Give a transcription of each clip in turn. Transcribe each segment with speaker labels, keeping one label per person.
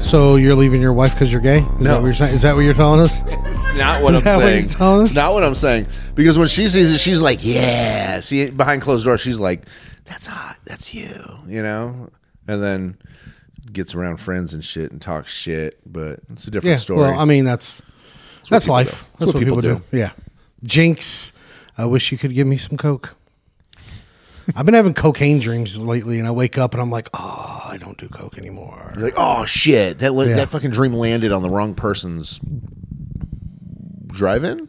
Speaker 1: So you're leaving your wife because you're gay? Is
Speaker 2: No.
Speaker 1: that what you're saying? Is that what you're telling us?
Speaker 2: Not what
Speaker 1: Is
Speaker 2: I'm
Speaker 1: that what
Speaker 2: saying.
Speaker 1: you're telling us?
Speaker 2: Not what I'm saying. Because when she sees it, she's like, "Yeah." See, behind closed doors, she's like, "That's hot. That's you." You know, and then gets around friends and shit and talks shit. But it's a different
Speaker 1: yeah.
Speaker 2: story.
Speaker 1: Well, I mean that's that's,
Speaker 2: people
Speaker 1: life.
Speaker 2: do.
Speaker 1: That's, what, people, do. Yeah. Jinx, I wish you could give me some coke. I've been having cocaine dreams lately, and I wake up and I'm like, oh, I don't do coke anymore.
Speaker 2: You're like, "Oh shit! That went,
Speaker 1: Yeah.
Speaker 2: that fucking dream landed on the wrong person's drive-in."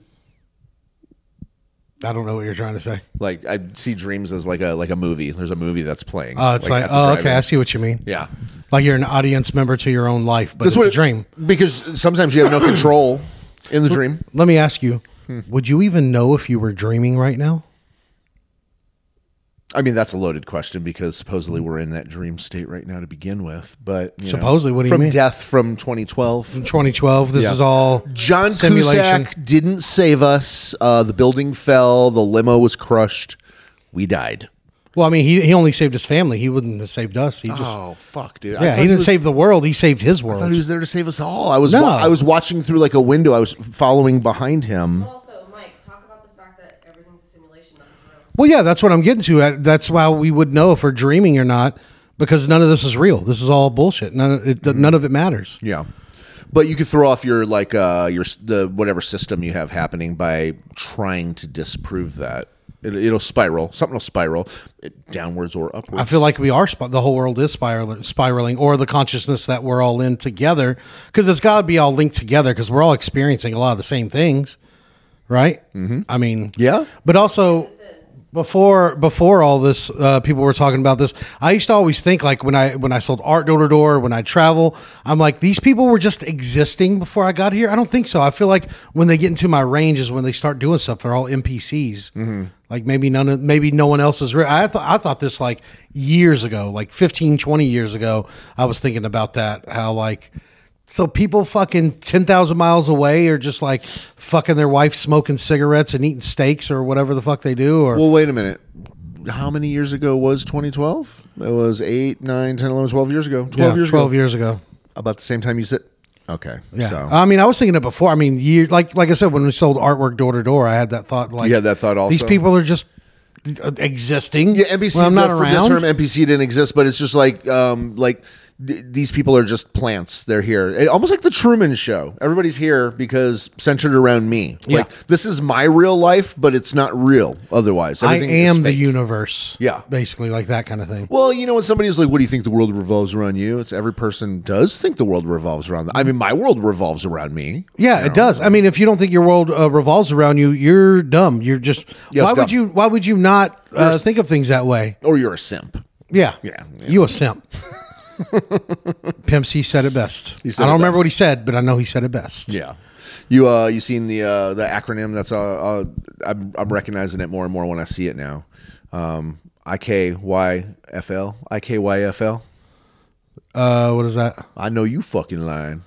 Speaker 1: I don't know what you're trying to say.
Speaker 2: Like I see dreams as like a like a movie. There's a movie that's playing.
Speaker 1: Oh, it's like,
Speaker 2: at the
Speaker 1: oh,
Speaker 2: drive-in.
Speaker 1: okay, I see what you mean.
Speaker 2: Yeah,
Speaker 1: Like you're an audience member to your own life, but
Speaker 2: That's
Speaker 1: it's
Speaker 2: what
Speaker 1: a dream.
Speaker 2: because sometimes you have no control in the dream.
Speaker 1: Let me ask you: Would you even know if you were dreaming right now?
Speaker 2: I mean, that's a loaded question because supposedly we're in that dream state right now to begin with. But you know,
Speaker 1: Supposedly, what do you
Speaker 2: from
Speaker 1: mean?
Speaker 2: death from 2012.
Speaker 1: 2012. This
Speaker 2: Yeah.
Speaker 1: is all
Speaker 2: John Cusack didn't save us. Uh, the building fell. The limo was crushed. We died.
Speaker 1: Well, I mean, he, he only saved his family. He wouldn't have saved us. He just
Speaker 2: oh fuck, dude!
Speaker 1: yeah, he didn't save the world. He saved his
Speaker 2: I thought
Speaker 1: world.
Speaker 2: he was there to save us all. I was
Speaker 1: No.
Speaker 2: wa- I was watching through like a window. I was following behind him.
Speaker 3: But also, Mike, talk about the fact that everything's a simulation, nothing's real.
Speaker 1: well, yeah, that's what I'm getting to. Uh, That's why we would know if we're dreaming or not because none of this is real. This is all bullshit. None of it,
Speaker 2: Mm-hmm.
Speaker 1: none of it matters.
Speaker 2: Yeah, but you could throw off your like uh your s- the whatever system you have happening by trying to disprove that. It, it'll spiral. Something will spiral it, downwards or upwards.
Speaker 1: I feel like we are sp- the whole world is spiraling, spiraling, or the consciousness that we're all in together, because it's got to be all linked together, because we're all experiencing a lot of the same things, right? Mm-hmm. I mean,
Speaker 2: Yeah.
Speaker 1: but also before before all this, uh, people were talking about this. I used to always think like when I when I sold art door to door, when I travel, I'm like these people were just existing before I got here. I don't think so. I feel like when they get into my range is when they start doing stuff. They're all NPCs. Like maybe none of maybe no one else is real. I thought I thought this like years ago, like 15, 20 years ago. I was thinking about that how like. So people fucking 10,000 miles away are just like fucking their wife smoking cigarettes and eating steaks or whatever the fuck they do or
Speaker 2: Well, wait a minute. How many years ago was 2012? That was 8, 9, 10, 11, 12 years ago. 12
Speaker 1: Yeah,
Speaker 2: years
Speaker 1: 12
Speaker 2: ago.
Speaker 1: years ago.
Speaker 2: About the same time you said. Okay.
Speaker 1: Yeah. Uh,
Speaker 2: So.
Speaker 1: I mean, I was thinking it before. I mean, year, like like I said, when we sold artwork door to door, I had that thought. Like,
Speaker 2: You had that thought
Speaker 1: These
Speaker 2: also?
Speaker 1: people are just existing.
Speaker 2: yeah, NPC.
Speaker 1: When I'm not
Speaker 2: the,
Speaker 1: around.
Speaker 2: The term NPC didn't exist, but it's just like, um, like th- these people are just plants. They're here, It- almost like the Truman Show. Everybody's here because centered around me.
Speaker 1: Yeah.
Speaker 2: Like this is my real life, but it's not real. Otherwise,
Speaker 1: I
Speaker 2: Everything is
Speaker 1: am the
Speaker 2: fake.
Speaker 1: universe.
Speaker 2: Yeah.
Speaker 1: basically, like that kind of thing.
Speaker 2: Well, you know, when somebody's like, "What do you think the world revolves around you?" It's every person does think the world revolves around. Them. I mean, my world revolves around me.
Speaker 1: Yeah, it does. I mean, if you don't think your world uh, revolves around you, you're dumb. You're just
Speaker 2: Yes,
Speaker 1: why would
Speaker 2: dumb.
Speaker 1: you? Why would you not uh,
Speaker 2: Yes.
Speaker 1: think of things that way?
Speaker 2: Or you're a simp.
Speaker 1: Yeah,
Speaker 2: Yeah, yeah.
Speaker 1: You a simp. Pimp C said it best.
Speaker 2: He said
Speaker 1: I
Speaker 2: it
Speaker 1: don't remember
Speaker 2: best.
Speaker 1: what he said, but I know he said it best.
Speaker 2: Yeah. You uh, you seen the uh, the acronym? That's uh, uh I'm I'm recognizing it more and more when I see it now. Um, I K Y F L. I K Y F L.
Speaker 1: Uh, what is that?
Speaker 2: I know you fucking lying.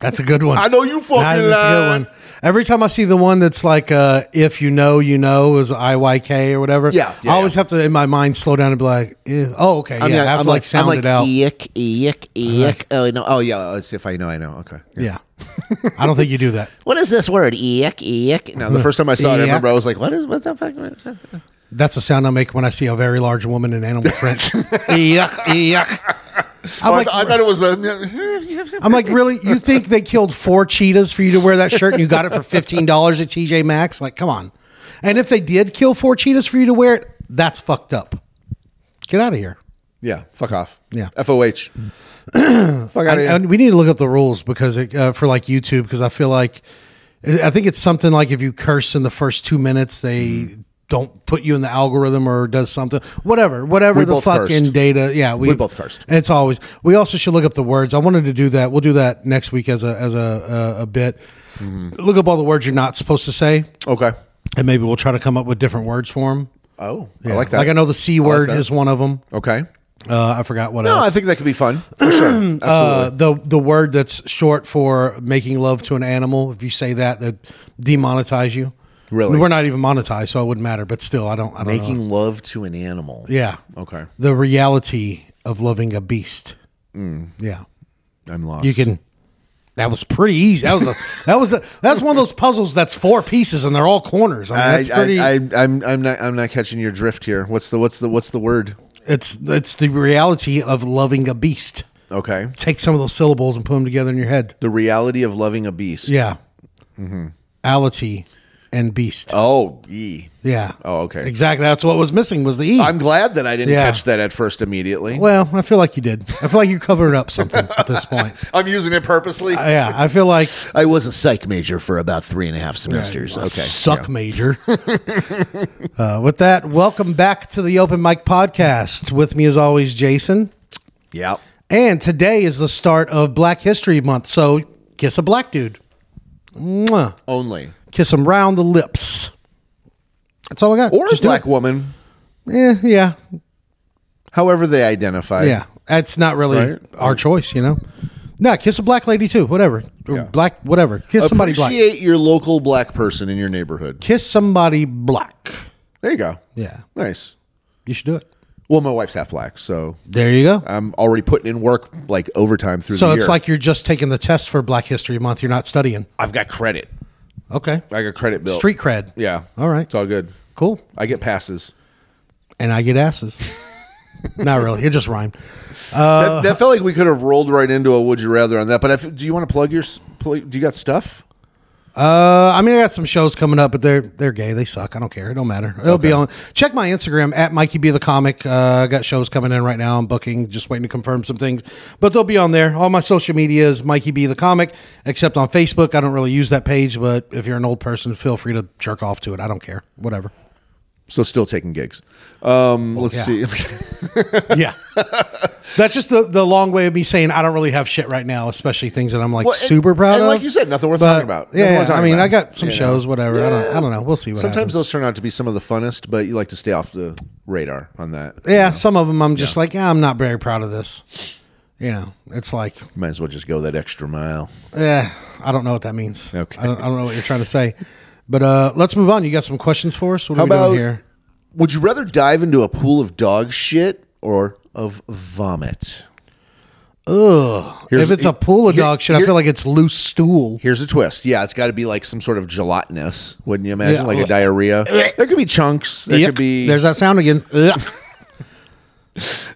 Speaker 1: That's a good one.
Speaker 2: I know you fucking
Speaker 1: Nah, that's a good
Speaker 2: lying.
Speaker 1: one. Every time I see the one that's like, uh, if you know, you know, is IYK or whatever.
Speaker 2: Yeah, yeah,
Speaker 1: I always
Speaker 2: yeah.
Speaker 1: have to, in my mind, slow down and be like, eh, oh, okay. yeah. I have to like, sound it out. Uh-huh.
Speaker 2: Eek, eek, eek. Oh no. Oh yeah. It's if I know, I know. Okay.
Speaker 1: yeah. I don't think you do that.
Speaker 2: What is this word? Eek, eek. Now the first time I saw it, I
Speaker 1: Eek.
Speaker 2: remember I was like, "What is what the fuck?" is that?
Speaker 1: That's the sound I make when I see a very large woman in animal print. E yuck, yuck. I'm
Speaker 2: Oh, I,
Speaker 1: like,
Speaker 2: th- I thought it was the.
Speaker 1: I'm like, really? You think they killed four cheetahs for you to wear that shirt and you got it for $15 at TJ Maxx? Like, come on. And if they did kill four cheetahs for you to wear it, that's fucked up. Get out of here.
Speaker 2: yeah. Fuck off.
Speaker 1: Yeah.
Speaker 2: F O H. Fuck out of
Speaker 1: And,
Speaker 2: here.
Speaker 1: and we need to look up the rules because it, uh, for like YouTube, because I feel like I think it's something like if you curse in the first two minutes, they
Speaker 2: Mm-hmm.
Speaker 1: don't put you in the algorithm or does something, whatever, whatever
Speaker 2: We
Speaker 1: the
Speaker 2: both
Speaker 1: fucking
Speaker 2: cursed.
Speaker 1: data. Yeah, we,
Speaker 2: both cursed.
Speaker 1: It's always. We also should look up the words. I wanted to do that. We'll do that next week as a as a a, a bit.
Speaker 2: Mm-hmm.
Speaker 1: Look up all the words you're not supposed to say,
Speaker 2: Okay.
Speaker 1: and maybe we'll try to come up with different words for them.
Speaker 2: Oh, I like that.
Speaker 1: Like I know the c word
Speaker 2: that.
Speaker 1: is one of them.
Speaker 2: Okay.
Speaker 1: Uh, I forgot what
Speaker 2: No,
Speaker 1: else.
Speaker 2: I think that could be fun. For sure. Absolutely.
Speaker 1: Uh, the the word that's short for making love to an animal. If you say that, that demonetize you.
Speaker 2: Really?
Speaker 1: we're not even monetized, so it wouldn't matter. But still, I don't. I don't know.
Speaker 2: Making love to an animal.
Speaker 1: Yeah.
Speaker 2: Okay. Mm.
Speaker 1: The reality of loving a beast. Yeah.
Speaker 2: I'm lost.
Speaker 1: You can. That was pretty easy. That was a, that was a, that's one of those puzzles that's four pieces and they're all corners. I mean,
Speaker 2: I,
Speaker 1: that's pretty.
Speaker 2: I, I, I'm I'm not I'm not catching your drift here. What's the what's the what's the word?
Speaker 1: it's it's the reality of loving a beast.
Speaker 2: Okay.
Speaker 1: Take some of those syllables and put them together in your head.
Speaker 2: The reality of loving a beast.
Speaker 1: Yeah.
Speaker 2: Mm-hmm.
Speaker 1: Ality and beast.
Speaker 2: Oh, e.
Speaker 1: yeah.
Speaker 2: Oh, okay.
Speaker 1: Exactly. That's what was missing was the e.
Speaker 2: I'm glad that I didn't
Speaker 1: Yeah.
Speaker 2: catch that at first immediately.
Speaker 1: well, I feel like you did. I feel like you're covering up something at this point. Uh,
Speaker 2: I'm using it purposely. I,
Speaker 1: Yeah, I feel like
Speaker 2: was a psych major for about three and a half semesters. Okay.
Speaker 1: suck major. uh, with that, welcome back to the Open Mic Podcast. With me, as always, Jason.
Speaker 2: Yeah.
Speaker 1: And today is the start of Black History Month, so kiss a black dude. Mwah.
Speaker 2: Only.
Speaker 1: Kiss him round the lips. That's all I got.
Speaker 2: Or a
Speaker 1: Just do
Speaker 2: black
Speaker 1: it.
Speaker 2: woman,
Speaker 1: Eh, yeah,
Speaker 2: however they identify.
Speaker 1: yeah. That's not really
Speaker 2: Right.
Speaker 1: our choice, you know. No, kiss a black lady too. Whatever, Or
Speaker 2: Yeah.
Speaker 1: black, whatever. Kiss somebody
Speaker 2: Appreciate
Speaker 1: black.
Speaker 2: your local black person in your neighborhood.
Speaker 1: Kiss somebody black.
Speaker 2: There you go.
Speaker 1: Yeah,
Speaker 2: Nice.
Speaker 1: you should do it.
Speaker 2: Well, my wife's half black, so
Speaker 1: There you go.
Speaker 2: I'm already putting in work like overtime through the
Speaker 1: So
Speaker 2: year.
Speaker 1: it's like you're just taking the test for Black History Month. You're not studying.
Speaker 2: I've got credit.
Speaker 1: Okay.
Speaker 2: I got credit bill.
Speaker 1: Street cred.
Speaker 2: Yeah.
Speaker 1: All right.
Speaker 2: It's all good.
Speaker 1: Cool.
Speaker 2: I get passes.
Speaker 1: And I get asses. not really. It just rhymed. Uh,
Speaker 2: that, that felt like we could have rolled right into a would you rather on that. But if, do you want to plug your? s- pl- Do you got stuff?
Speaker 1: Uh, I mean, I got some shows coming up, but they're they're gay. They suck. I don't care. It don't matter. It'll be on. Check my Instagram at Mikey B the Comic. Uh, I got shows coming in right now. I'm booking, just waiting to confirm some things, but they'll be on there. All my social media is Mikey B the Comic, except on Facebook. I don't really use that page, but if you're an old person, feel free to jerk off to it. I don't care. Whatever.
Speaker 2: So still taking gigs. Um, let's
Speaker 1: Oh, yeah.
Speaker 2: see.
Speaker 1: yeah. That's just the, the long way of me saying I don't really have shit right now, especially things that I'm like
Speaker 2: Well, and-
Speaker 1: super proud
Speaker 2: and
Speaker 1: of.
Speaker 2: like you said, nothing worth
Speaker 1: But,
Speaker 2: talking about. Nothing
Speaker 1: Yeah,
Speaker 2: worth
Speaker 1: I
Speaker 2: talking
Speaker 1: mean,
Speaker 2: about,
Speaker 1: I got some
Speaker 2: you know.
Speaker 1: shows, whatever. I don't, I don't know. We'll see what
Speaker 2: Sometimes
Speaker 1: happens.
Speaker 2: those turn out to be some of the funnest, but you like to stay off the radar on that.
Speaker 1: Yeah, some of them I'm just like, yeah, I'm not very proud of this. You know, it's like,
Speaker 2: Might as well just go that extra mile.
Speaker 1: eh, I don't know what that means.
Speaker 2: Okay.
Speaker 1: I don't, I don't know what you're trying to say. But uh, let's move on. You got some questions for us? What are
Speaker 2: How
Speaker 1: we
Speaker 2: about
Speaker 1: doing here?
Speaker 2: Would you rather dive into a pool of dog shit or of vomit?
Speaker 1: Ugh.
Speaker 2: Here's-
Speaker 1: If it's a pool of
Speaker 2: here-
Speaker 1: dog shit, I
Speaker 2: here-
Speaker 1: feel like it's loose stool.
Speaker 2: Here's a twist. Yeah, it's got to be like some sort of gelatinous, wouldn't you imagine?
Speaker 1: Yeah.
Speaker 2: Like a diarrhea. There could be chunks. There
Speaker 1: Yuck.
Speaker 2: could be
Speaker 1: There's that sound again. Ugh.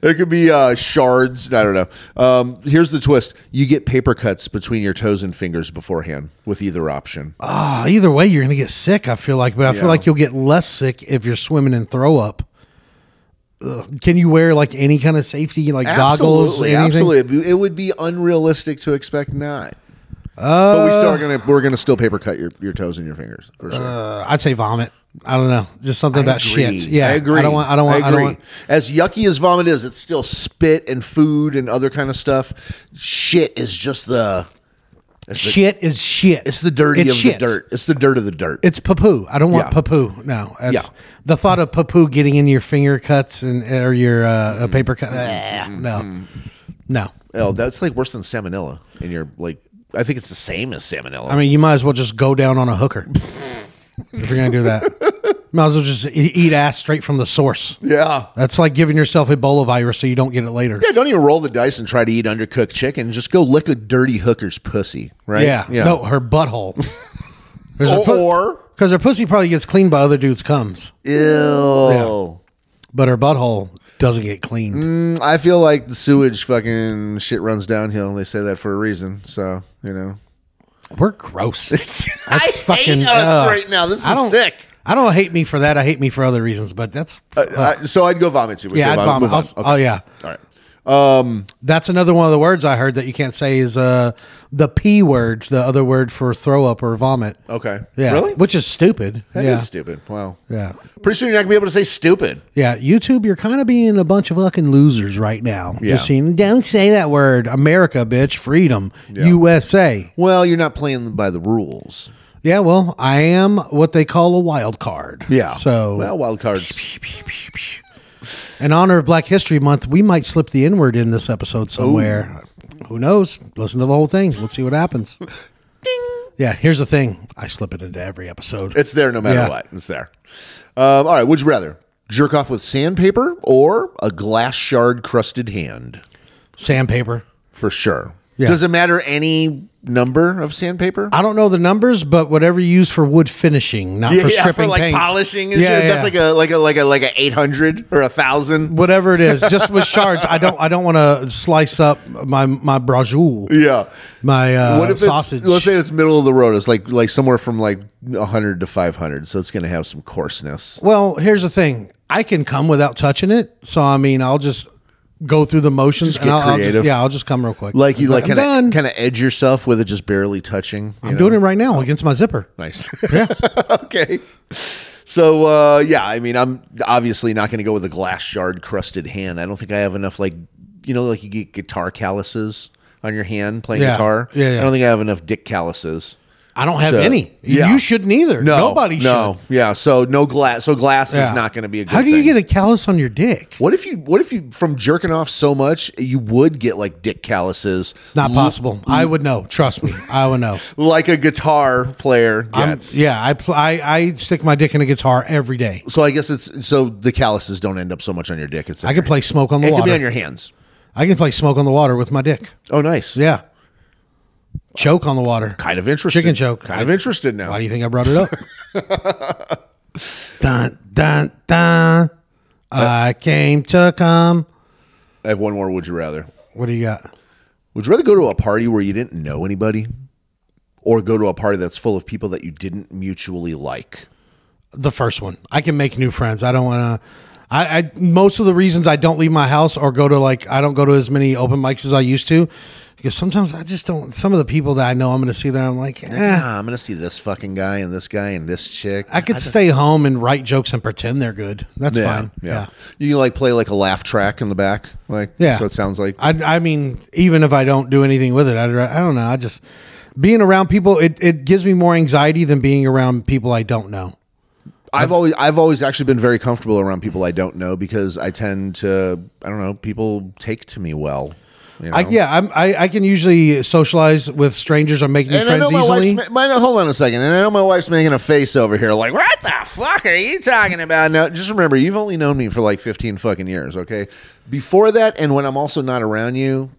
Speaker 2: There could be uh, shards. I don't know. Um, here's the twist: you get paper cuts between your toes and fingers beforehand with either option.
Speaker 1: Ah, either way, you're gonna get sick. I feel like, but I
Speaker 2: Yeah.
Speaker 1: feel like you'll get less sick if you're swimming in throw up. Ugh. Can you wear like any kind of safety, like goggles,
Speaker 2: absolutely,
Speaker 1: anything?
Speaker 2: absolutely. It would be unrealistic to we expect not. but we still are gonna we're gonna still paper cut your, your toes and your fingers for sure.
Speaker 1: Uh, I'd say vomit. I don't know, just something about
Speaker 2: Agree.
Speaker 1: shit. Yeah,
Speaker 2: I agree.
Speaker 1: I don't want. I don't want. I, don't
Speaker 2: agree.
Speaker 1: want.
Speaker 2: As yucky as vomit is, it's still spit and food and other kind of stuff. Shit is just the
Speaker 1: shit is shit.
Speaker 2: it's the dirty
Speaker 1: It's
Speaker 2: of
Speaker 1: shit.
Speaker 2: the dirt. It's the dirt of the dirt.
Speaker 1: It's poo. I don't want
Speaker 2: Yeah.
Speaker 1: poo. No, that's,
Speaker 2: Yeah.
Speaker 1: the thought of poo getting in your finger cuts and or your uh, a paper
Speaker 2: Mm-hmm.
Speaker 1: cut. Ah, No, no.
Speaker 2: oh, that's like worse than salmonella in your like. I think it's the same as salmonella.
Speaker 1: I mean, you might as well just go down on a hooker if you're gonna do that. Might as well just e- eat ass straight from the source.
Speaker 2: Yeah.
Speaker 1: That's like giving yourself Ebola virus so you don't get it later.
Speaker 2: Yeah, don't even roll the dice and try to eat undercooked chicken. Just go lick a dirty hooker's pussy, right?
Speaker 1: Yeah, no, her butthole. Because
Speaker 2: Or, or-
Speaker 1: her, pussy probably gets cleaned by other dudes' cums,
Speaker 2: ew.
Speaker 1: but her butthole doesn't get cleaned.
Speaker 2: Mm, I feel like the sewage fucking shit runs downhill. They say that for a reason. So you know,
Speaker 1: We're gross. That's fucking
Speaker 2: us
Speaker 1: ugh.
Speaker 2: right now. This
Speaker 1: I
Speaker 2: is
Speaker 1: don't
Speaker 2: sick.
Speaker 1: I don't hate me for that. I hate me for other reasons, but that's
Speaker 2: I- Uh, so I'd go vomit too. We
Speaker 1: yeah.
Speaker 2: say
Speaker 1: I'd vomit.
Speaker 2: move on.
Speaker 1: I'll- Oh yeah.
Speaker 2: All right.
Speaker 1: That's another one of the words I heard that you can't say is uh, the P word, the other word for throw up or vomit.
Speaker 2: Okay.
Speaker 1: Yeah.
Speaker 2: Really?
Speaker 1: Which is stupid.
Speaker 2: That is
Speaker 1: yeah.
Speaker 2: stupid. Wow.
Speaker 1: Yeah.
Speaker 2: Pretty soon you're not gonna be able to say stupid.
Speaker 1: Yeah. YouTube, you're kind of being a bunch of fucking losers right now.
Speaker 2: Yeah.
Speaker 1: You're seeing, don't say that word. America, bitch. Freedom. USA.
Speaker 2: Well, you're not playing by the rules.
Speaker 1: Yeah. Well, I am what they call a wild card. So,
Speaker 2: well, wild cards.
Speaker 1: in honor of Black History Month, we might slip the N word in this episode somewhere. Who knows? Listen to the whole thing. Let's see what happens. Yeah. Here's the thing I slip it into every episode.
Speaker 2: It's there no matter
Speaker 1: Yeah.
Speaker 2: what. It's there. Um, all right. Would you rather jerk off with sandpaper or a glass shard crusted hand?
Speaker 1: Sandpaper.
Speaker 2: For sure.
Speaker 1: Yeah.
Speaker 2: Does it matter any number of sandpaper?
Speaker 1: I don't know the numbers, but whatever you use for wood finishing, not for stripping
Speaker 2: for like
Speaker 1: paint.
Speaker 2: polishing and
Speaker 1: Yeah,
Speaker 2: shit.
Speaker 1: yeah.
Speaker 2: That's like a like a like a like a eight hundred or a thousand.
Speaker 1: whatever it is, just with shards. I don't I don't want to slice up my my brajoule,
Speaker 2: Yeah.
Speaker 1: my uh,
Speaker 2: what if
Speaker 1: sausage.
Speaker 2: It's, let's say it's middle of the road. It's like like somewhere from like hundred to five hundred. So it's gonna have some coarseness.
Speaker 1: well, here's the thing: I can come without touching it, so I mean, I'll just go through the motions
Speaker 2: Just
Speaker 1: and
Speaker 2: get
Speaker 1: I'll, I'll just
Speaker 2: creative.
Speaker 1: yeah, I'll just come real quick.
Speaker 2: Like you
Speaker 1: I'm
Speaker 2: like kind
Speaker 1: done.
Speaker 2: of kind of edge yourself with it just barely touching.
Speaker 1: I'm doing it right now against my zipper.
Speaker 2: Nice.
Speaker 1: Yeah.
Speaker 2: okay. So uh, yeah, I mean, I'm obviously not going to go with a glass shard crusted hand. I don't think I have enough like you know like you get guitar calluses on your hand playing
Speaker 1: Yeah.
Speaker 2: guitar.
Speaker 1: Yeah, yeah.
Speaker 2: I don't think I have enough dick calluses.
Speaker 1: I don't have
Speaker 2: So,
Speaker 1: any.
Speaker 2: yeah.
Speaker 1: You shouldn't either.
Speaker 2: No,
Speaker 1: Nobody
Speaker 2: no,
Speaker 1: should.
Speaker 2: yeah. So no glass. So glass
Speaker 1: Yeah.
Speaker 2: is not going to be a. good
Speaker 1: How do you
Speaker 2: thing.
Speaker 1: get a callus on your dick?
Speaker 2: What if you? What if you from jerking off so much you would get like dick calluses?
Speaker 1: Not
Speaker 2: l-
Speaker 1: possible. I would know. Trust me, I would know.
Speaker 2: like a guitar player
Speaker 1: I'm-
Speaker 2: gets.
Speaker 1: yeah, I, pl- I I stick my dick in a guitar every day.
Speaker 2: So I guess it's so the calluses don't end up so much on your dick. It's
Speaker 1: I can play smoke on the
Speaker 2: It could
Speaker 1: water.
Speaker 2: be on your hands.
Speaker 1: I can play smoke on the water with my dick.
Speaker 2: Oh, nice.
Speaker 1: Yeah. Choke on the water.
Speaker 2: Kind of interested.
Speaker 1: Chicken choke.
Speaker 2: Kind of interested now.
Speaker 1: Why do you think I brought it up? dun dun dun. I came to come.
Speaker 2: I have one more. Would you rather?
Speaker 1: What do you got?
Speaker 2: Would you rather go to a party where you didn't know anybody, or go to a party that's full of people that you didn't mutually like?
Speaker 1: The first one. I can make new friends. I don't want to. I, I most of the reasons I don't leave my house or go to like I don't go to as many open mics as I used to because sometimes I just don't. Some of the people that I know I'm going to see there, I'm like, eh,
Speaker 2: Ah, I'm gonna see this fucking guy and this guy and this chick.
Speaker 1: I could stay home and write jokes and pretend they're good. That's fine. yeah.
Speaker 2: You can like play like a laugh track in the back, like
Speaker 1: Yeah.
Speaker 2: So it sounds like
Speaker 1: I, I mean, even if I don't do anything with it, I'd, ra- I don't know. I just being around people, it, it gives me more anxiety than being around people I don't know.
Speaker 2: I've always I've always actually been very comfortable around people I don't know because I tend to I don't know people take to me well. You know?
Speaker 1: I, yeah, I'm, I, I can usually socialize with strangers or make new
Speaker 2: And I know
Speaker 1: friends
Speaker 2: my
Speaker 1: easily.
Speaker 2: wife's. Ma- my- hold on a second. And I know my wife's making a face over here, like, "What the fuck are you talking about?" Now, just remember, you've only known me for like fifteen fucking years, okay? Before that, and when I'm also not around you,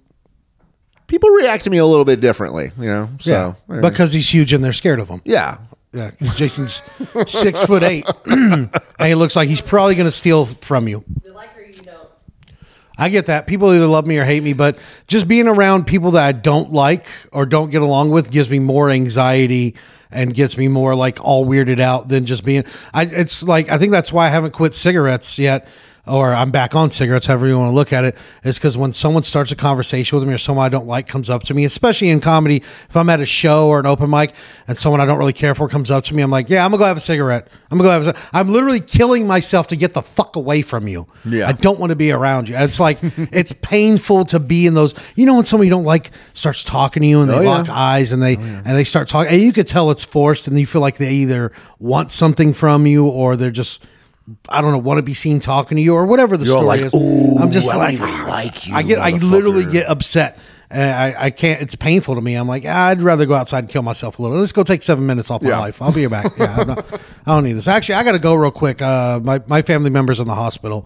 Speaker 2: people react to me a little bit differently, you know. So,
Speaker 1: yeah,
Speaker 2: eh,
Speaker 1: because he's huge and they're scared of him.
Speaker 2: yeah,
Speaker 1: Yeah, 'cause Jason's six foot eight, and he looks like he's probably going to steal from you.
Speaker 3: You like her, you don't.
Speaker 1: I get that. People either love me or hate me, but just being around people that I don't like or don't get along with gives me more anxiety and gets me more like all weirded out than just being I it's like I think that's why I haven't quit cigarettes yet or I'm back on cigarettes however you want to look at it is cuz when someone starts a conversation with me or someone I don't like comes up to me especially in comedy if I'm at a show or an open mic and someone I don't really care for comes up to me I'm like yeah I'm going to go have a cigarette I'm going to go have a cigarette. I'm literally killing myself to get the fuck away from you
Speaker 2: Yeah.
Speaker 1: I don't want to be around you. It's like it's painful to be in those. You know when somebody you don't like starts talking to you and they
Speaker 2: Oh, yeah.
Speaker 1: lock eyes and they and they start talking and you could tell it's forced and you feel like they either want something from you or they're just I don't know want to be seen talking to you or whatever the
Speaker 2: all
Speaker 1: story
Speaker 2: like,
Speaker 1: is.
Speaker 2: "Ooh,
Speaker 1: I'm just
Speaker 2: I don't
Speaker 1: like "Ah,
Speaker 2: even like you,
Speaker 1: I get I literally
Speaker 2: motherfucker."
Speaker 1: get upset. And I, I can't. It's painful to me. I'm like, "Ah, I'd rather go outside and kill myself a little. Let's go take seven minutes off my
Speaker 2: Yeah.
Speaker 1: life. I'll be back. Yeah, I'm not, I don't need this. Actually, I got to go real quick. Uh, my my family members in the hospital.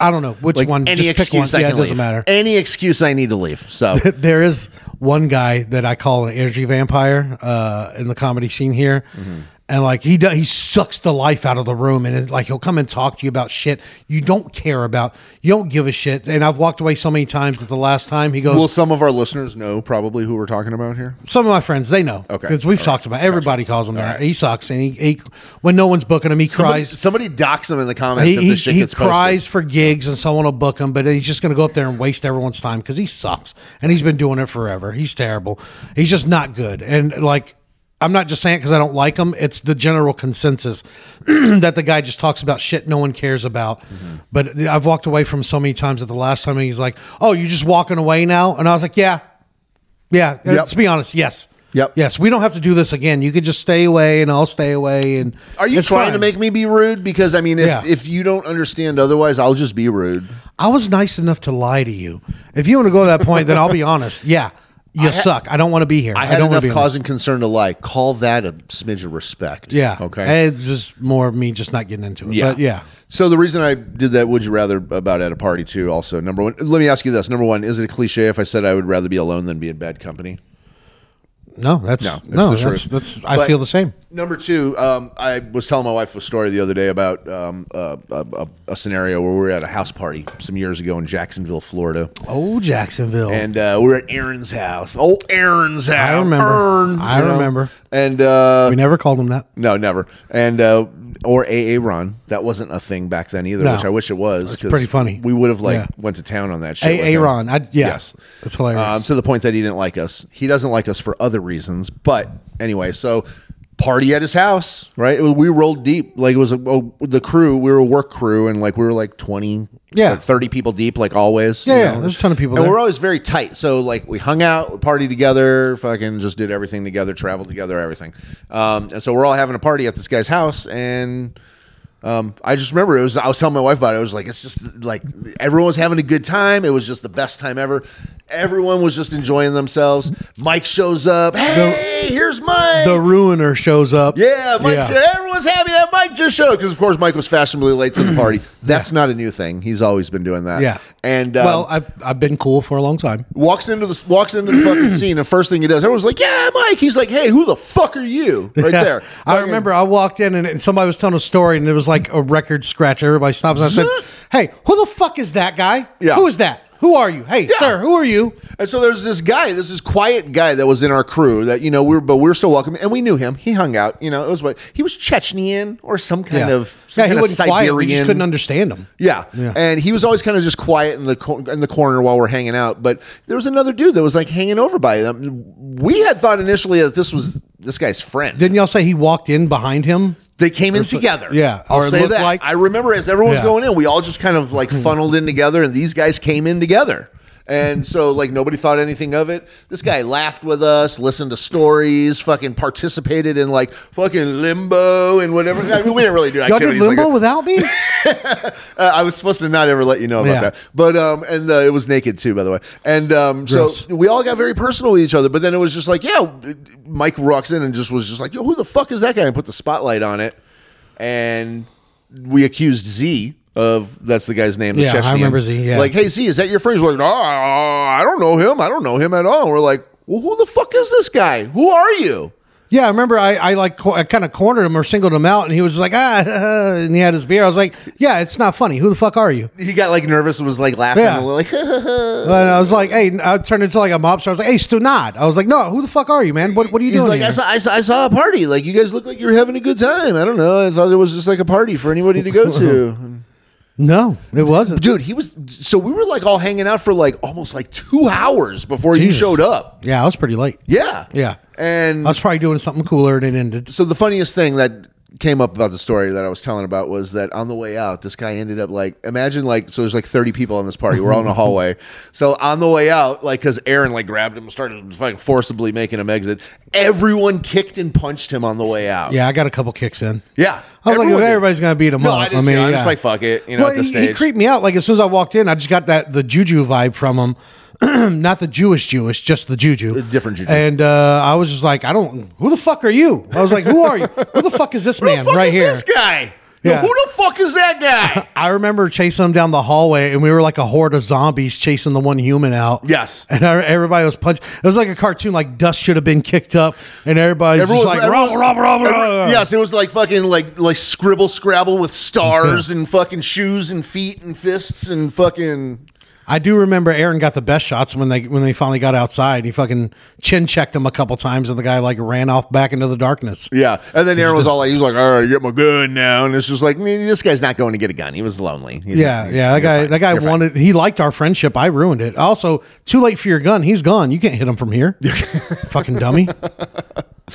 Speaker 1: I don't know which
Speaker 2: like
Speaker 1: one.
Speaker 2: any
Speaker 1: just pick one.
Speaker 2: excuse I
Speaker 1: yeah, it
Speaker 2: can
Speaker 1: doesn't
Speaker 2: leave.
Speaker 1: matter.
Speaker 2: Any excuse I need to leave. So
Speaker 1: There is one guy that I call an energy vampire uh, in the comedy scene here,
Speaker 2: Mm-hmm.
Speaker 1: and like he does, he sucks the life out of the room, and it, like he'll come and talk to you about shit you don't care about, you don't give a shit. And I've walked away so many times that the last time he goes,
Speaker 2: Will some of our listeners know probably who we're talking about here?
Speaker 1: some of my friends they know
Speaker 2: Okay.
Speaker 1: because we've
Speaker 2: All
Speaker 1: talked about it. everybody calls him that he sucks and he, he when no one's booking him he cries
Speaker 2: Somebody, somebody docs them in the comments if
Speaker 1: he,
Speaker 2: this shit
Speaker 1: he, he
Speaker 2: gets posted.
Speaker 1: cries for gigs and someone will book him but he's just going to go up there and waste everyone's time because he sucks and he's been doing it forever he's terrible he's just not good and like i'm not just saying it because i don't like him it's the general consensus that the guy just talks about shit no one cares about
Speaker 2: Mm-hmm.
Speaker 1: but i've walked away from so many times that the last time he's like oh you're just walking away now and i was like yeah yeah, let's be honest. Yes.
Speaker 2: Yep.
Speaker 1: Yes, we don't have to do this again. You could just stay away, and I'll stay away. And
Speaker 2: Are you
Speaker 1: it's
Speaker 2: trying
Speaker 1: fine.
Speaker 2: to make me be rude? Because I mean, if,
Speaker 1: Yeah.
Speaker 2: if you don't understand otherwise, I'll just be rude.
Speaker 1: I was nice enough to lie to you. If you want to go to that point, then I'll be honest. Yeah, you
Speaker 2: I ha-
Speaker 1: suck. I don't want to be here.
Speaker 2: I had
Speaker 1: don't wanna
Speaker 2: enough
Speaker 1: be in
Speaker 2: cause and concern to lie. Call that a smidge of respect.
Speaker 1: this. Yeah.
Speaker 2: Okay.
Speaker 1: And It's just more of me just not getting into it.
Speaker 2: Yeah.
Speaker 1: But yeah.
Speaker 2: So the reason I did that would you rather about at a party too also number one let me ask you this number one is it a cliche if I said I would rather be alone than be in bad company
Speaker 1: No, that's
Speaker 2: No,
Speaker 1: no,
Speaker 2: it's the
Speaker 1: no that's,
Speaker 2: truth.
Speaker 1: that's I
Speaker 2: But-
Speaker 1: feel the same.
Speaker 2: number two um, I was telling my wife a story the other day about um, a, a, a- a scenario where we were at a house party some years ago in Jacksonville Florida
Speaker 1: Oh, Jacksonville.
Speaker 2: and uh, we were at Aaron's house old Aaron's house
Speaker 1: remember.
Speaker 2: Aaron,
Speaker 1: I
Speaker 2: you know?
Speaker 1: remember.
Speaker 2: and uh,
Speaker 1: we never called him that.
Speaker 2: No, never. And uh, or AA Ron. That wasn't a thing back then either,
Speaker 1: No.
Speaker 2: which I wish it was.
Speaker 1: It's
Speaker 2: 'cause
Speaker 1: pretty funny.
Speaker 2: We would have like
Speaker 1: Yeah.
Speaker 2: went to town on that shit. with
Speaker 1: Hey,
Speaker 2: him.
Speaker 1: Aaron. I, yeah, That's hilarious.
Speaker 2: Um, to the point that he didn't like us. He doesn't like us for other reasons. But anyway, so party at his house, right? It was- we rolled deep. Like it was a, oh, the crew. We were a work crew, and like we were like twenty,
Speaker 1: Yeah.
Speaker 2: like, thirty people deep, like always.
Speaker 1: Yeah, yeah, there's a ton of people
Speaker 2: and
Speaker 1: there.
Speaker 2: we're always very tight. So like we hung out, we partied together, fucking just did everything together, traveled together, everything. Um, and so we're all having a party at this guy's house, and I just remember it was. I was telling my wife about it. I was like, it's just like everyone was having a good time. It was just the best time ever. Everyone was just enjoying themselves. Mike shows up. Hey, here's Mike.
Speaker 1: the ruiner shows up.
Speaker 2: yeah, Mike.
Speaker 1: Yeah.
Speaker 2: showed- Everyone's happy that Mike just showed up because, of course, Mike was fashionably late to the party. That's not a new thing. He's always been doing that.
Speaker 1: Yeah.
Speaker 2: And um,
Speaker 1: well, I've, I've been cool for a long time.
Speaker 2: walks into the walks into the fucking scene. And first thing he does, everyone's like, "Yeah, Mike." He's like, "Hey, who the fuck are you?" Right
Speaker 1: Yeah.
Speaker 2: there.
Speaker 1: I
Speaker 2: Fucking-
Speaker 1: remember I walked in and, and somebody was telling a story and it was like a record scratch. Everybody stops and I said, Hey, who the fuck is that guy?
Speaker 2: Yeah.
Speaker 1: Who is that? Who are you? Hey, sir, who are you?
Speaker 2: And so there's this guy, there's this quiet guy that was in our crew that you know we were, but we were still welcome, and we knew him. He hung out, you know. It was what he was Chechnyan or some kind of some
Speaker 1: yeah, he
Speaker 2: kind of
Speaker 1: wasn't quiet. We just
Speaker 2: Siberian-
Speaker 1: couldn't understand him.
Speaker 2: yeah.
Speaker 1: Yeah.
Speaker 2: and he was always kind of just quiet in the cor- in the corner while we're hanging out. But there was another dude that was like hanging over by them. We had thought initially that this was this guy's friend.
Speaker 1: Didn't y'all say he walked in behind him?
Speaker 2: They came in together.
Speaker 1: yeah,
Speaker 2: I'll
Speaker 1: or it
Speaker 2: say
Speaker 1: looked
Speaker 2: that.
Speaker 1: like-
Speaker 2: I remember as everyone was
Speaker 1: Yeah. Hmm.
Speaker 2: going in, we all just kind of like funneled in together, and these guys came in together. And so, like, nobody thought anything of it. This guy laughed with us, listened to stories, fucking participated in like fucking limbo and whatever. I mean, we didn't really do
Speaker 1: Y'all did
Speaker 2: activities. like
Speaker 1: limbo
Speaker 2: that.
Speaker 1: without me?
Speaker 2: Uh, I was supposed to not ever let you know about
Speaker 1: Yeah.
Speaker 2: that, but um, and uh, it was naked too, by the way. And um, so
Speaker 1: Gross.
Speaker 2: we all got very personal with each other. But then it was just like, yeah, Mike walks in and just was just like, yo, who the fuck is that guy? And put the spotlight on it, and we accused Z of that's the guy's name. the
Speaker 1: Yeah, I
Speaker 2: Chechnyan.
Speaker 1: remember Z, yeah.
Speaker 2: like, hey Z, is that your friend? He's like, oh, I don't know him. I don't know him at all. And we're like, well, who the fuck is this guy? Who are you?
Speaker 1: yeah, I remember I, I like co- I kind of cornered him or singled him out, and he was just like ah, and he had his beer. I was like, yeah, it's not funny. Who the fuck are you?
Speaker 2: He got like nervous and was like laughing.
Speaker 1: Yeah.
Speaker 2: And we're like,
Speaker 1: And I was like, hey, I turned into like a mobster. I was like, hey, Stunad. I was like, no, who the fuck are you, man? What what are you
Speaker 2: He's
Speaker 1: doing?
Speaker 2: like, I
Speaker 1: here?
Speaker 2: saw, I, saw, I saw a party. Like, you guys look like you're having a good time. I don't know. I thought it was just like a party for anybody to go to.
Speaker 1: no, it wasn't.
Speaker 2: Dude, he was. So we were like all hanging out for like almost like two hours before you
Speaker 1: Jesus.
Speaker 2: showed up.
Speaker 1: Yeah, I was pretty late.
Speaker 2: Yeah.
Speaker 1: Yeah.
Speaker 2: And
Speaker 1: I was probably doing something cooler, and it ended.
Speaker 2: so the funniest thing that came up about the story that I was telling about was that on the way out, this guy ended up like, imagine like, so there's like 30 people on this party. We're all in a hallway. So on the way out, like, cause Aaron like grabbed him and started fucking forcibly making him exit. Everyone kicked and punched him on the way out.
Speaker 1: Yeah, I got a couple kicks in.
Speaker 2: Yeah.
Speaker 1: I was
Speaker 2: Everyone
Speaker 1: like,
Speaker 2: did.
Speaker 1: if everybody's gonna beat him
Speaker 2: No,
Speaker 1: up.
Speaker 2: I didn't see it. I'm just like, fuck it, you know,
Speaker 1: well,
Speaker 2: at this
Speaker 1: he, he
Speaker 2: stage.
Speaker 1: creeped me out. Like as soon as I walked in, I just got that the juju vibe from him. Not the Jewish Jewish, just the juju.
Speaker 2: different juju.
Speaker 1: And uh, I was just like, I don't. Who the fuck are you? I was like, who are you? Who the fuck is this
Speaker 2: Who the
Speaker 1: man
Speaker 2: fuck
Speaker 1: right
Speaker 2: is
Speaker 1: here?
Speaker 2: this guy?
Speaker 1: Yeah.
Speaker 2: Who the fuck is that guy?
Speaker 1: I remember chasing him down the hallway, and we were like a horde of zombies chasing the one human out.
Speaker 2: Yes.
Speaker 1: and I, everybody was punched. It was like a cartoon, like dust should have been kicked up, and everybody's
Speaker 2: Everyone's-
Speaker 1: just like,
Speaker 2: everyone's-
Speaker 1: "Rah, rah, rah, rah, rah."
Speaker 2: yes, it was like fucking like like scribble scrabble with stars and fucking shoes and feet and fists and fucking
Speaker 1: I do remember Aaron got the best shots when they when they finally got outside. He fucking chin checked him a couple times, and the guy like ran off back into the darkness.
Speaker 2: yeah. And then Aaron was all like, he was like, all right, get my gun now. And it's just like, "Man, this guy's not going to get a gun. He was lonely. He's-
Speaker 1: Yeah,
Speaker 2: he's-
Speaker 1: yeah. That
Speaker 2: you're
Speaker 1: guy,
Speaker 2: fine.
Speaker 1: that guy
Speaker 2: You're fine.
Speaker 1: wanted. He liked our friendship. I ruined it. Also, too late for your gun. He's gone. You can't hit him from here. fucking dummy.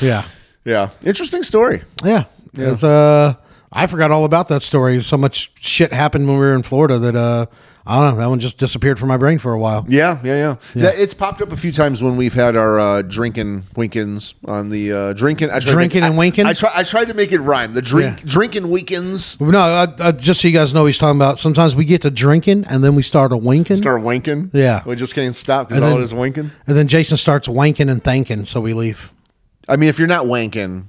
Speaker 1: Yeah,
Speaker 2: Yeah, interesting story.
Speaker 1: yeah. It's uh, I forgot all about that story. So much shit happened when we were in Florida that uh, I don't know. That one just disappeared from my brain for a while.
Speaker 2: Yeah, yeah, yeah. That- it's popped up a few times when we've had our uh, drinking winkins on the uh, drinking. I tried to
Speaker 1: Drinkin'
Speaker 2: make-
Speaker 1: and winkin'?
Speaker 2: I, I, try, I tried to make it rhyme. The drink
Speaker 1: Yeah.
Speaker 2: drinking weekends.
Speaker 1: No, I, I, just so you guys know, what he's talking about. Sometimes we get to drinking and then we start a winking,
Speaker 2: Start winking.
Speaker 1: Yeah.
Speaker 2: we just can't stop because
Speaker 1: And
Speaker 2: all
Speaker 1: then-
Speaker 2: it is winking.
Speaker 1: and then Jason starts wanking and thanking. So we leave.
Speaker 2: I mean, if you're not wanking,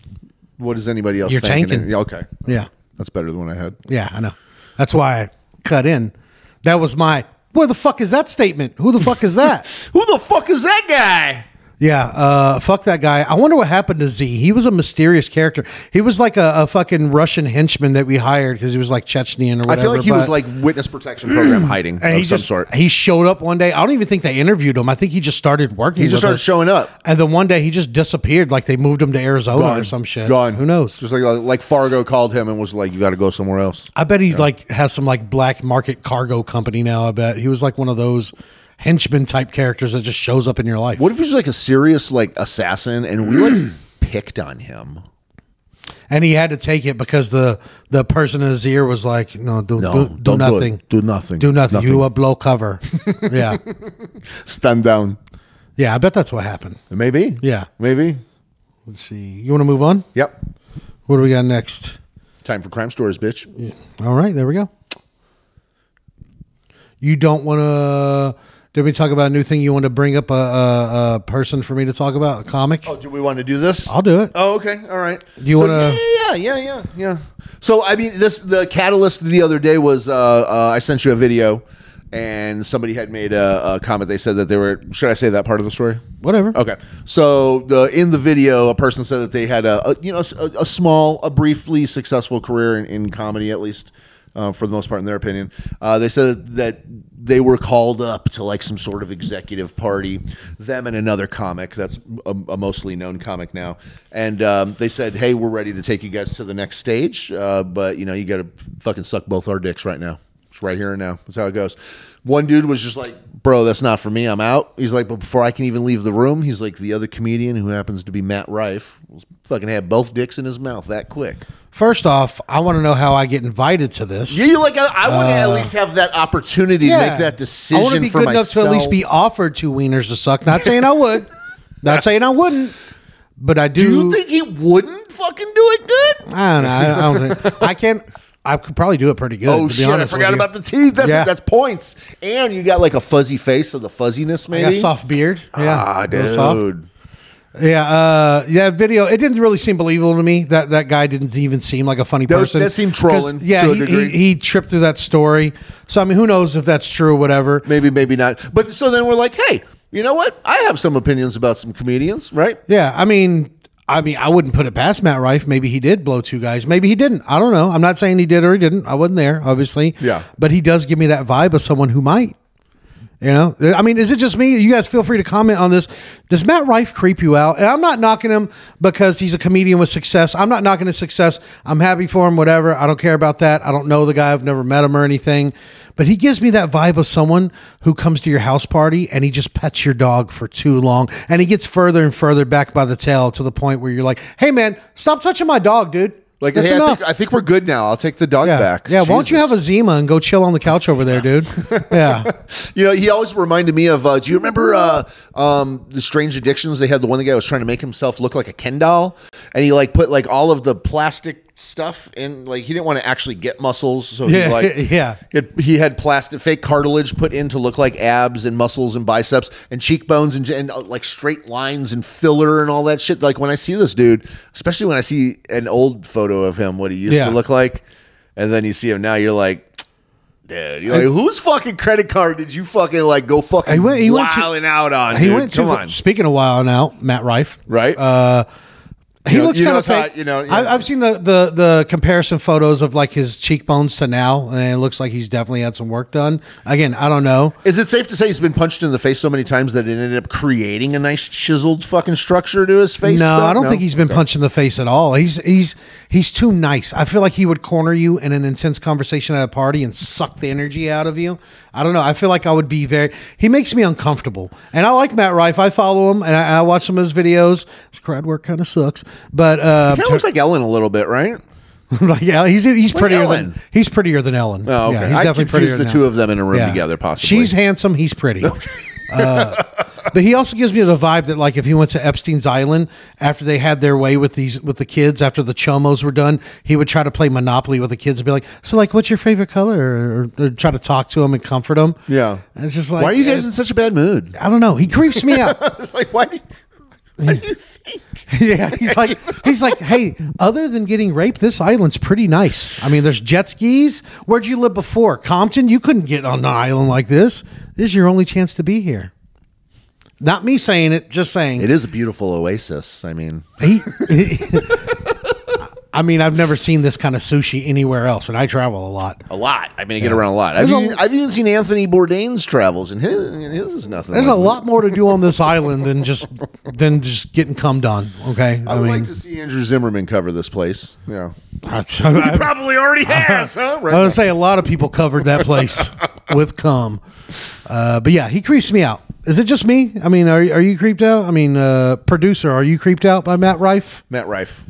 Speaker 2: what is anybody else?
Speaker 1: You're
Speaker 2: thinking?
Speaker 1: tanking.
Speaker 2: Yeah, okay,
Speaker 1: Yeah,
Speaker 2: that's better than what I had.
Speaker 1: yeah, I know. That's why I cut in. That was my. Where the fuck is that statement? Who the fuck is that?
Speaker 2: Who the fuck is that guy?
Speaker 1: Yeah, uh, fuck that guy. I wonder what happened to Z. He was a mysterious character. He was like a, a fucking Russian henchman that we hired because he was like Chechenian or whatever.
Speaker 2: I feel like he was
Speaker 1: but-
Speaker 2: like witness protection program hiding
Speaker 1: and
Speaker 2: of
Speaker 1: he
Speaker 2: some
Speaker 1: just
Speaker 2: sort.
Speaker 1: he showed up one day. I don't even think they interviewed him. I think he just started working.
Speaker 2: He just
Speaker 1: with
Speaker 2: started
Speaker 1: us.
Speaker 2: showing up.
Speaker 1: and then one day he just disappeared. Like they moved him to Arizona or some shit.
Speaker 2: Gone.
Speaker 1: Who knows?
Speaker 2: Just like like Fargo called him and was like, "You got to go somewhere else."
Speaker 1: I bet he like has some like black market cargo company now. I bet he was like one of those henchman type characters that just shows up in your life.
Speaker 2: What if he's like a serious like assassin and we like picked on him?
Speaker 1: And he had to take it because the the person in his ear was like, "No, do do, do
Speaker 2: don't do it.
Speaker 1: nothing,
Speaker 2: Do nothing.
Speaker 1: do nothing.
Speaker 2: Nothing."
Speaker 1: You uh, a blow cover." yeah,
Speaker 2: Stand down.
Speaker 1: yeah. I bet that's what happened.
Speaker 2: Maybe.
Speaker 1: Yeah.
Speaker 2: Maybe.
Speaker 1: Let's see. You want to move on?
Speaker 2: Yep.
Speaker 1: What do we got next?
Speaker 2: Time for crime stories, bitch.
Speaker 1: All right, there we go. You don't want to. Did we talk about a new thing you want to bring up a, a, a person for me to talk about? A comic?
Speaker 2: Oh, do we want to do this?
Speaker 1: I'll do it.
Speaker 2: Oh, okay. All right. Do
Speaker 1: you wanna-
Speaker 2: Yeah, yeah, yeah, yeah. So I mean, this the catalyst the other day was uh, uh, I sent you a video, and somebody had made a, a comment. They said that they were. Should I say that part of the story?
Speaker 1: Whatever.
Speaker 2: Okay. So the in the video, a person said that they had a, a you know a, a small, a briefly successful career in, in comedy, at least uh, for the most part, in their opinion. Uh, they said that they were called up to like some sort of executive party, them and another comic that's a, a mostly known comic now, and um, they said, "Hey, we're ready to take you guys to the next stage, uh, but you know you got to fucking suck both our dicks right now." It's right here and now. That's how it goes. One dude was just like, "Bro, that's not for me. I'm out." He's like, "But before I can even leave the room, he's like the other comedian who happens to be Matt Rife, fucking had both dicks in his mouth that quick."
Speaker 1: First off, I want to know how I get invited to this.
Speaker 2: Yeah, you're like, I, I want to at least have that opportunity to make that decision
Speaker 1: Uh. I want to be
Speaker 2: for
Speaker 1: good
Speaker 2: myself.
Speaker 1: enough to at least be offered two wieners to suck. Not saying I would. Not saying I wouldn't. But I do.
Speaker 2: Do you think he wouldn't fucking do it good?
Speaker 1: I don't know. I, I don't think I can. I could probably do it pretty good.
Speaker 2: Oh
Speaker 1: to be
Speaker 2: shit! I
Speaker 1: honest with
Speaker 2: forgot
Speaker 1: you.
Speaker 2: about the teeth. That's
Speaker 1: Yeah.
Speaker 2: that's points, and you got like a fuzzy face, so the fuzziness
Speaker 1: I
Speaker 2: maybe.
Speaker 1: got soft beard. Yeah,
Speaker 2: ah,
Speaker 1: Real soft.
Speaker 2: dude.
Speaker 1: Yeah, uh, yeah. Video. It didn't really seem believable to me. That that guy didn't even seem like a funny
Speaker 2: was-
Speaker 1: person.
Speaker 2: that seemed trolling
Speaker 1: 'Cause, Yeah,
Speaker 2: to a
Speaker 1: he, he-
Speaker 2: degree.
Speaker 1: He, tripped through that story. So I mean, who knows if that's true or whatever.
Speaker 2: maybe maybe not but so then we're like hey you know what i have some opinions about some comedians right
Speaker 1: Yeah, I mean, I mean, I wouldn't put it past Matt Rife. Maybe he did blow two guys. Maybe he didn't. I don't know. I'm not saying he did or he didn't. I wasn't there, obviously.
Speaker 2: Yeah.
Speaker 1: But he does give me that vibe of someone who might. You know, I mean, is it just me? You guys feel free to comment on this. Does Matt Rife creep you out? And I'm not knocking him because he's a comedian with success. I'm not knocking his success. I'm happy for him, whatever. I don't care about that. I don't know the guy. I've never met him or anything. But he gives me that vibe of someone who comes to your house party and he just pets your dog for too long. And he gets further and further back by the tail to the point where you're like, hey, man, stop touching my dog, dude.
Speaker 2: like
Speaker 1: That's
Speaker 2: hey, I,
Speaker 1: enough.
Speaker 2: think, I think we're good now i'll take the dog
Speaker 1: yeah.
Speaker 2: back
Speaker 1: yeah, why don't you have a Zima and go chill on the couch over there, dude? Yeah.
Speaker 2: a you know he always reminded me of uh, do you remember uh, um, the strange addictions they had the one guy was trying to make himself look like a ken doll and he like put like all of the plastic stuff in like he didn't want to actually get muscles so
Speaker 1: Yeah,
Speaker 2: he like
Speaker 1: yeah.
Speaker 2: he had, he had plastic fake cartilage put in to look like abs and muscles and biceps and cheekbones and, and uh, like straight lines and filler and all that shit like when i see this dude especially when i see an old photo of him what he used
Speaker 1: Yeah.
Speaker 2: to look like and then you see him now you're like Dude, you're like, whose fucking credit card did you fucking like go fucking
Speaker 1: He went- he went to-
Speaker 2: wilding out on?
Speaker 1: He
Speaker 2: dude?
Speaker 1: went to
Speaker 2: Come
Speaker 1: the- uh,
Speaker 2: on,
Speaker 1: speaking a while now, Matt Rife.
Speaker 2: right?
Speaker 1: He
Speaker 2: know-
Speaker 1: looks
Speaker 2: you
Speaker 1: kind
Speaker 2: know
Speaker 1: of
Speaker 2: it's hot,
Speaker 1: fake.
Speaker 2: you know, you
Speaker 1: I,
Speaker 2: know.
Speaker 1: I've seen the, the the comparison photos of like his cheekbones to now, and it looks like he's definitely had some work done. Again, I don't know.
Speaker 2: Is it safe to say he's been punched in the face so many times that it ended up creating a nice chiseled fucking structure to his face?
Speaker 1: No,
Speaker 2: though?
Speaker 1: I don't think he's been
Speaker 2: Okay.
Speaker 1: punched in the face at all. He's he's he's too nice. I feel like he would corner you in an intense conversation at a party and suck the energy out of you. I don't know. I feel like I would be very. He makes me uncomfortable, and I like Matt Rife. I follow him and I, I watch some of his videos. His crowd work kind of sucks, but uh,
Speaker 2: Kind of looks like Ellen a little bit, right?
Speaker 1: like yeah, he's he's
Speaker 2: Where's
Speaker 1: prettier
Speaker 2: Ellen?
Speaker 1: than he's prettier than Ellen.
Speaker 2: Oh, okay.
Speaker 1: Yeah, he's
Speaker 2: I
Speaker 1: definitely
Speaker 2: confuse
Speaker 1: prettier
Speaker 2: the
Speaker 1: than
Speaker 2: two
Speaker 1: Ellen.
Speaker 2: of them in a room together, possibly.
Speaker 1: She's handsome. He's pretty. Uh, but he also gives me the vibe that like if he went to Epstein's Island after they had their way with these with the kids after the chumos were done, he would try to play Monopoly with the kids and be like, "So like, what's your favorite color?" Or, or try to talk to them and comfort them.
Speaker 2: Yeah.
Speaker 1: And it's just like
Speaker 2: why are you guys in such a bad mood?
Speaker 1: I don't know. He creeps me out.
Speaker 2: it's like, why do you, why do you think?
Speaker 1: Yeah, he's like, he's like, hey, other than getting raped, this island's pretty nice. I mean, there's jet skis. Where'd you live before? Compton. You couldn't get on an island like this. This is your only chance to be here. Not me saying it, just saying.
Speaker 2: It is a beautiful oasis. I mean,
Speaker 1: He, I mean, I've never seen this kind of sushi anywhere else, and I travel a lot.
Speaker 2: a lot. I mean, I get around a lot. I've
Speaker 1: There's a-
Speaker 2: even, I've even seen Anthony Bourdain's travels, and his, his is nothing.
Speaker 1: There's a
Speaker 2: like
Speaker 1: lot more to do on this island than just than just getting cummed on. Okay,
Speaker 2: I
Speaker 1: I,
Speaker 2: would
Speaker 1: mean,
Speaker 2: like to see Andrew Zimmerman cover this place. Yeah.
Speaker 1: I-
Speaker 2: Probably already has, huh?
Speaker 1: I
Speaker 2: Right
Speaker 1: would say a lot of people covered that place with cum. Uh, but yeah, he creeps me out. Is it just me? I mean, are, are you creeped out? I mean, uh, producer, are you creeped out by Matt Rife?
Speaker 2: Matt Rife.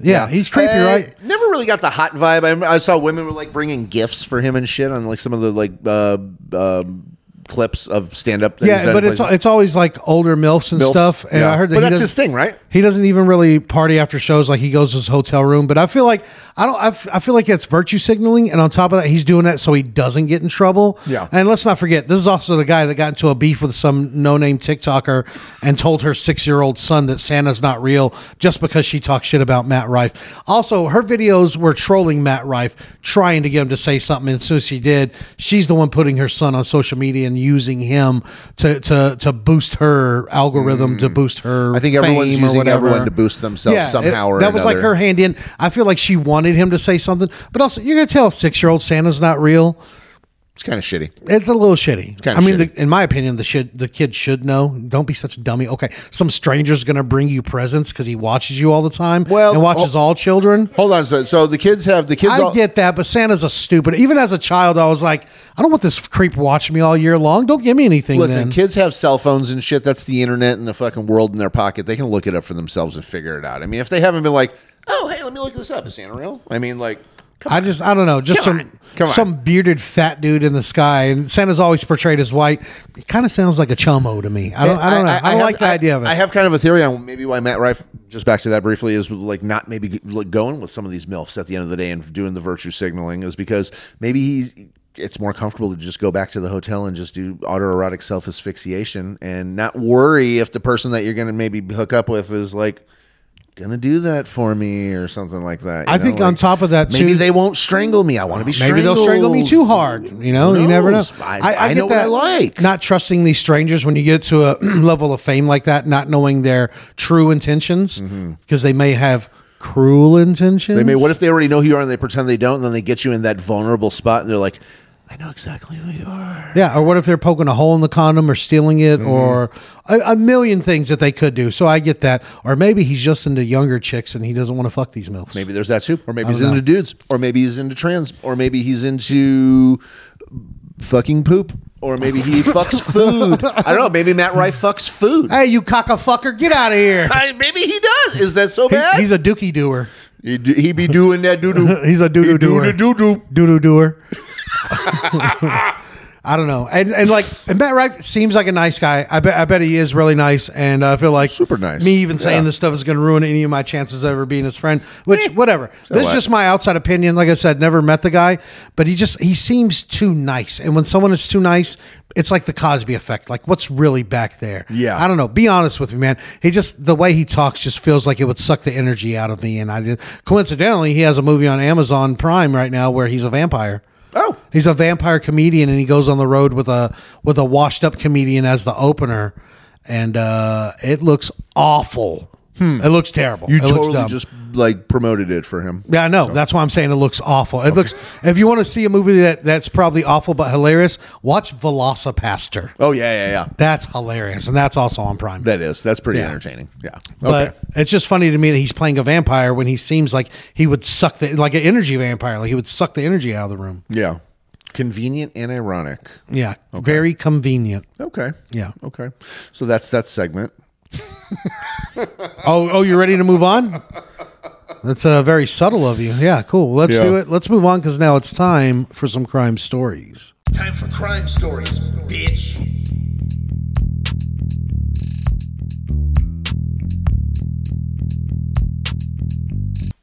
Speaker 1: Yeah, he's creepy,
Speaker 2: Uh,
Speaker 1: right?
Speaker 2: Never really got the hot vibe. I, rem- I saw women were like bringing gifts for him and shit on like some of the like uh, uh, clips of stand up.
Speaker 1: Yeah, but it's it's always like older milfs and stuff. And I heard that
Speaker 2: but
Speaker 1: he
Speaker 2: that's
Speaker 1: does-
Speaker 2: his thing, right?
Speaker 1: He doesn't even really party after shows. Like he goes to his hotel room. But I feel like I don't. I, f- I feel like it's virtue signaling, and on top of that, he's doing that so he doesn't get in trouble.
Speaker 2: Yeah.
Speaker 1: And let's not forget, this is also the guy that got into a beef with some no-name TikToker and told her six-year-old son that Santa's not real just because she talked shit about Matt Rife. Also, her videos were trolling Matt Rife, trying to get him to say something. And as soon as she did, she's the one putting her son on social media and using him to to to boost her algorithm to boost her.
Speaker 2: Mm. I think
Speaker 1: fame
Speaker 2: everyone's
Speaker 1: or
Speaker 2: using
Speaker 1: whatever.
Speaker 2: everyone to boost themselves
Speaker 1: Yeah,
Speaker 2: somehow
Speaker 1: it-
Speaker 2: or
Speaker 1: that was like
Speaker 2: another.
Speaker 1: her hand in. I feel like she wanted him to say something, but also you're gonna tell six year old Santa's not real.
Speaker 2: It's kind of shitty.
Speaker 1: It's a little shitty.
Speaker 2: kinda
Speaker 1: I mean,
Speaker 2: shitty.
Speaker 1: The, in my opinion, the should the kid should know. Don't be such a dummy. Okay, some stranger's gonna bring you presents because he watches you all the time.
Speaker 2: Well,
Speaker 1: and watches all children.
Speaker 2: Hold on, so so the kids have the kids.
Speaker 1: I
Speaker 2: all,
Speaker 1: get that, but Santa's a stupid. Even as a child, I was like, I don't want this creep watching me all year long. Don't give me anything.
Speaker 2: Listen,
Speaker 1: then.
Speaker 2: kids have cell phones and shit. That's the internet and the fucking world in their pocket. They can look it up for themselves and figure it out. I mean, if they haven't been like, oh, hey, let me look this up. Is Santa real? I mean, like, come
Speaker 1: I just I don't know, just
Speaker 2: Come
Speaker 1: some
Speaker 2: on. Come on.
Speaker 1: some bearded fat dude in the sky, and Santa's always portrayed as white. It kind of sounds like a chomo to me. I don't I don't know. I, don't
Speaker 2: have-
Speaker 1: like the
Speaker 2: I-
Speaker 1: idea of it.
Speaker 2: I have kind of a theory on maybe why Matt Rife, just back to that briefly, is like not maybe g- like going with some of these MILFs at the end of the day and doing the virtue signaling is because maybe he's. It's more comfortable to just go back to the hotel and just do autoerotic self asphyxiation and not worry if the person that you're going to maybe hook up with is like going to do that for me or something like that. you
Speaker 1: I
Speaker 2: know,
Speaker 1: think
Speaker 2: like,
Speaker 1: on top of that,
Speaker 2: maybe
Speaker 1: too-
Speaker 2: they won't strangle me. I want to be strangled.
Speaker 1: Maybe they'll strangle me too hard. You know,
Speaker 2: Who
Speaker 1: you never know.
Speaker 2: knows? I, I, know what I like.
Speaker 1: Not trusting these strangers when you get to a level of fame like that, not knowing their true intentions because they may have cruel intentions.
Speaker 2: Mm-hmm. They may. What if they already know who you are and they pretend they don't, and then they get you in that vulnerable spot, and they're like, "I know exactly who you are."
Speaker 1: Yeah, or what if they're poking a hole in the condom or stealing it or a, a million things that they could do. So I get that. Or maybe he's just into younger chicks and he doesn't want to fuck these milfs.
Speaker 2: Maybe there's that too, or maybe he's
Speaker 1: don't
Speaker 2: into dudes, or maybe he's into trans, or maybe he's into fucking poop, or maybe he fucks food. I don't know. Maybe Matt Rife fucks food.
Speaker 1: Hey, you cock-a-fucker, get out of here.
Speaker 2: I- maybe he does. Is that so
Speaker 1: He-
Speaker 2: bad?
Speaker 1: he's a dookie doer.
Speaker 2: he, do- he be doing that doo doo.
Speaker 1: He's a doo-doo doer.
Speaker 2: Doo doo.
Speaker 1: Doodoo doer. I don't know. And and like and Matt Rife seems like a nice guy. I bet I bet he is really nice. And I feel like
Speaker 2: Super nice.
Speaker 1: Me even saying
Speaker 2: Yeah. Eh.
Speaker 1: this stuff is going to ruin any of my chances of ever being his friend. Which whatever. this
Speaker 2: what?
Speaker 1: is just my outside opinion. Like I said, never met the guy, but he just he seems too nice. And when someone is too nice, it's like the Cosby effect. Like what's really back there?
Speaker 2: Yeah.
Speaker 1: I don't know. Be honest with me, man. He just the way he talks just feels like it would suck the energy out of me. And I did. Coincidentally, he has a movie on Amazon Prime right now where he's a vampire.
Speaker 2: Oh.
Speaker 1: He's a vampire comedian, and he goes on the road with a with a washed up comedian as the opener, and uh, it looks awful. It looks terrible.
Speaker 2: Hmm. You
Speaker 1: It looks
Speaker 2: totally
Speaker 1: dumb.
Speaker 2: just like promoted it for him.
Speaker 1: Yeah, I know. That's why I'm saying it looks awful. It looks. If you want to see a movie that that's probably awful but hilarious, watch Velocipaster.
Speaker 2: Oh yeah, yeah, yeah.
Speaker 1: That's hilarious, and that's also on Prime.
Speaker 2: That is. That's pretty
Speaker 1: Yeah.
Speaker 2: entertaining. Yeah. Okay.
Speaker 1: But it's just funny to me that he's playing a vampire when he seems like he would suck the like an energy vampire, like he would suck the energy out of the room.
Speaker 2: Yeah. Convenient and ironic.
Speaker 1: Yeah, very convenient.
Speaker 2: Okay.
Speaker 1: Yeah.
Speaker 2: Okay. So that's that segment.
Speaker 1: Oh, oh, you ready to move on?
Speaker 2: up.
Speaker 1: That's uh, very subtle of you. Yeah, cool. Let's
Speaker 2: Yeah.
Speaker 1: do it. Let's move on because now it's time for some crime stories.
Speaker 4: Time for crime stories, bitch.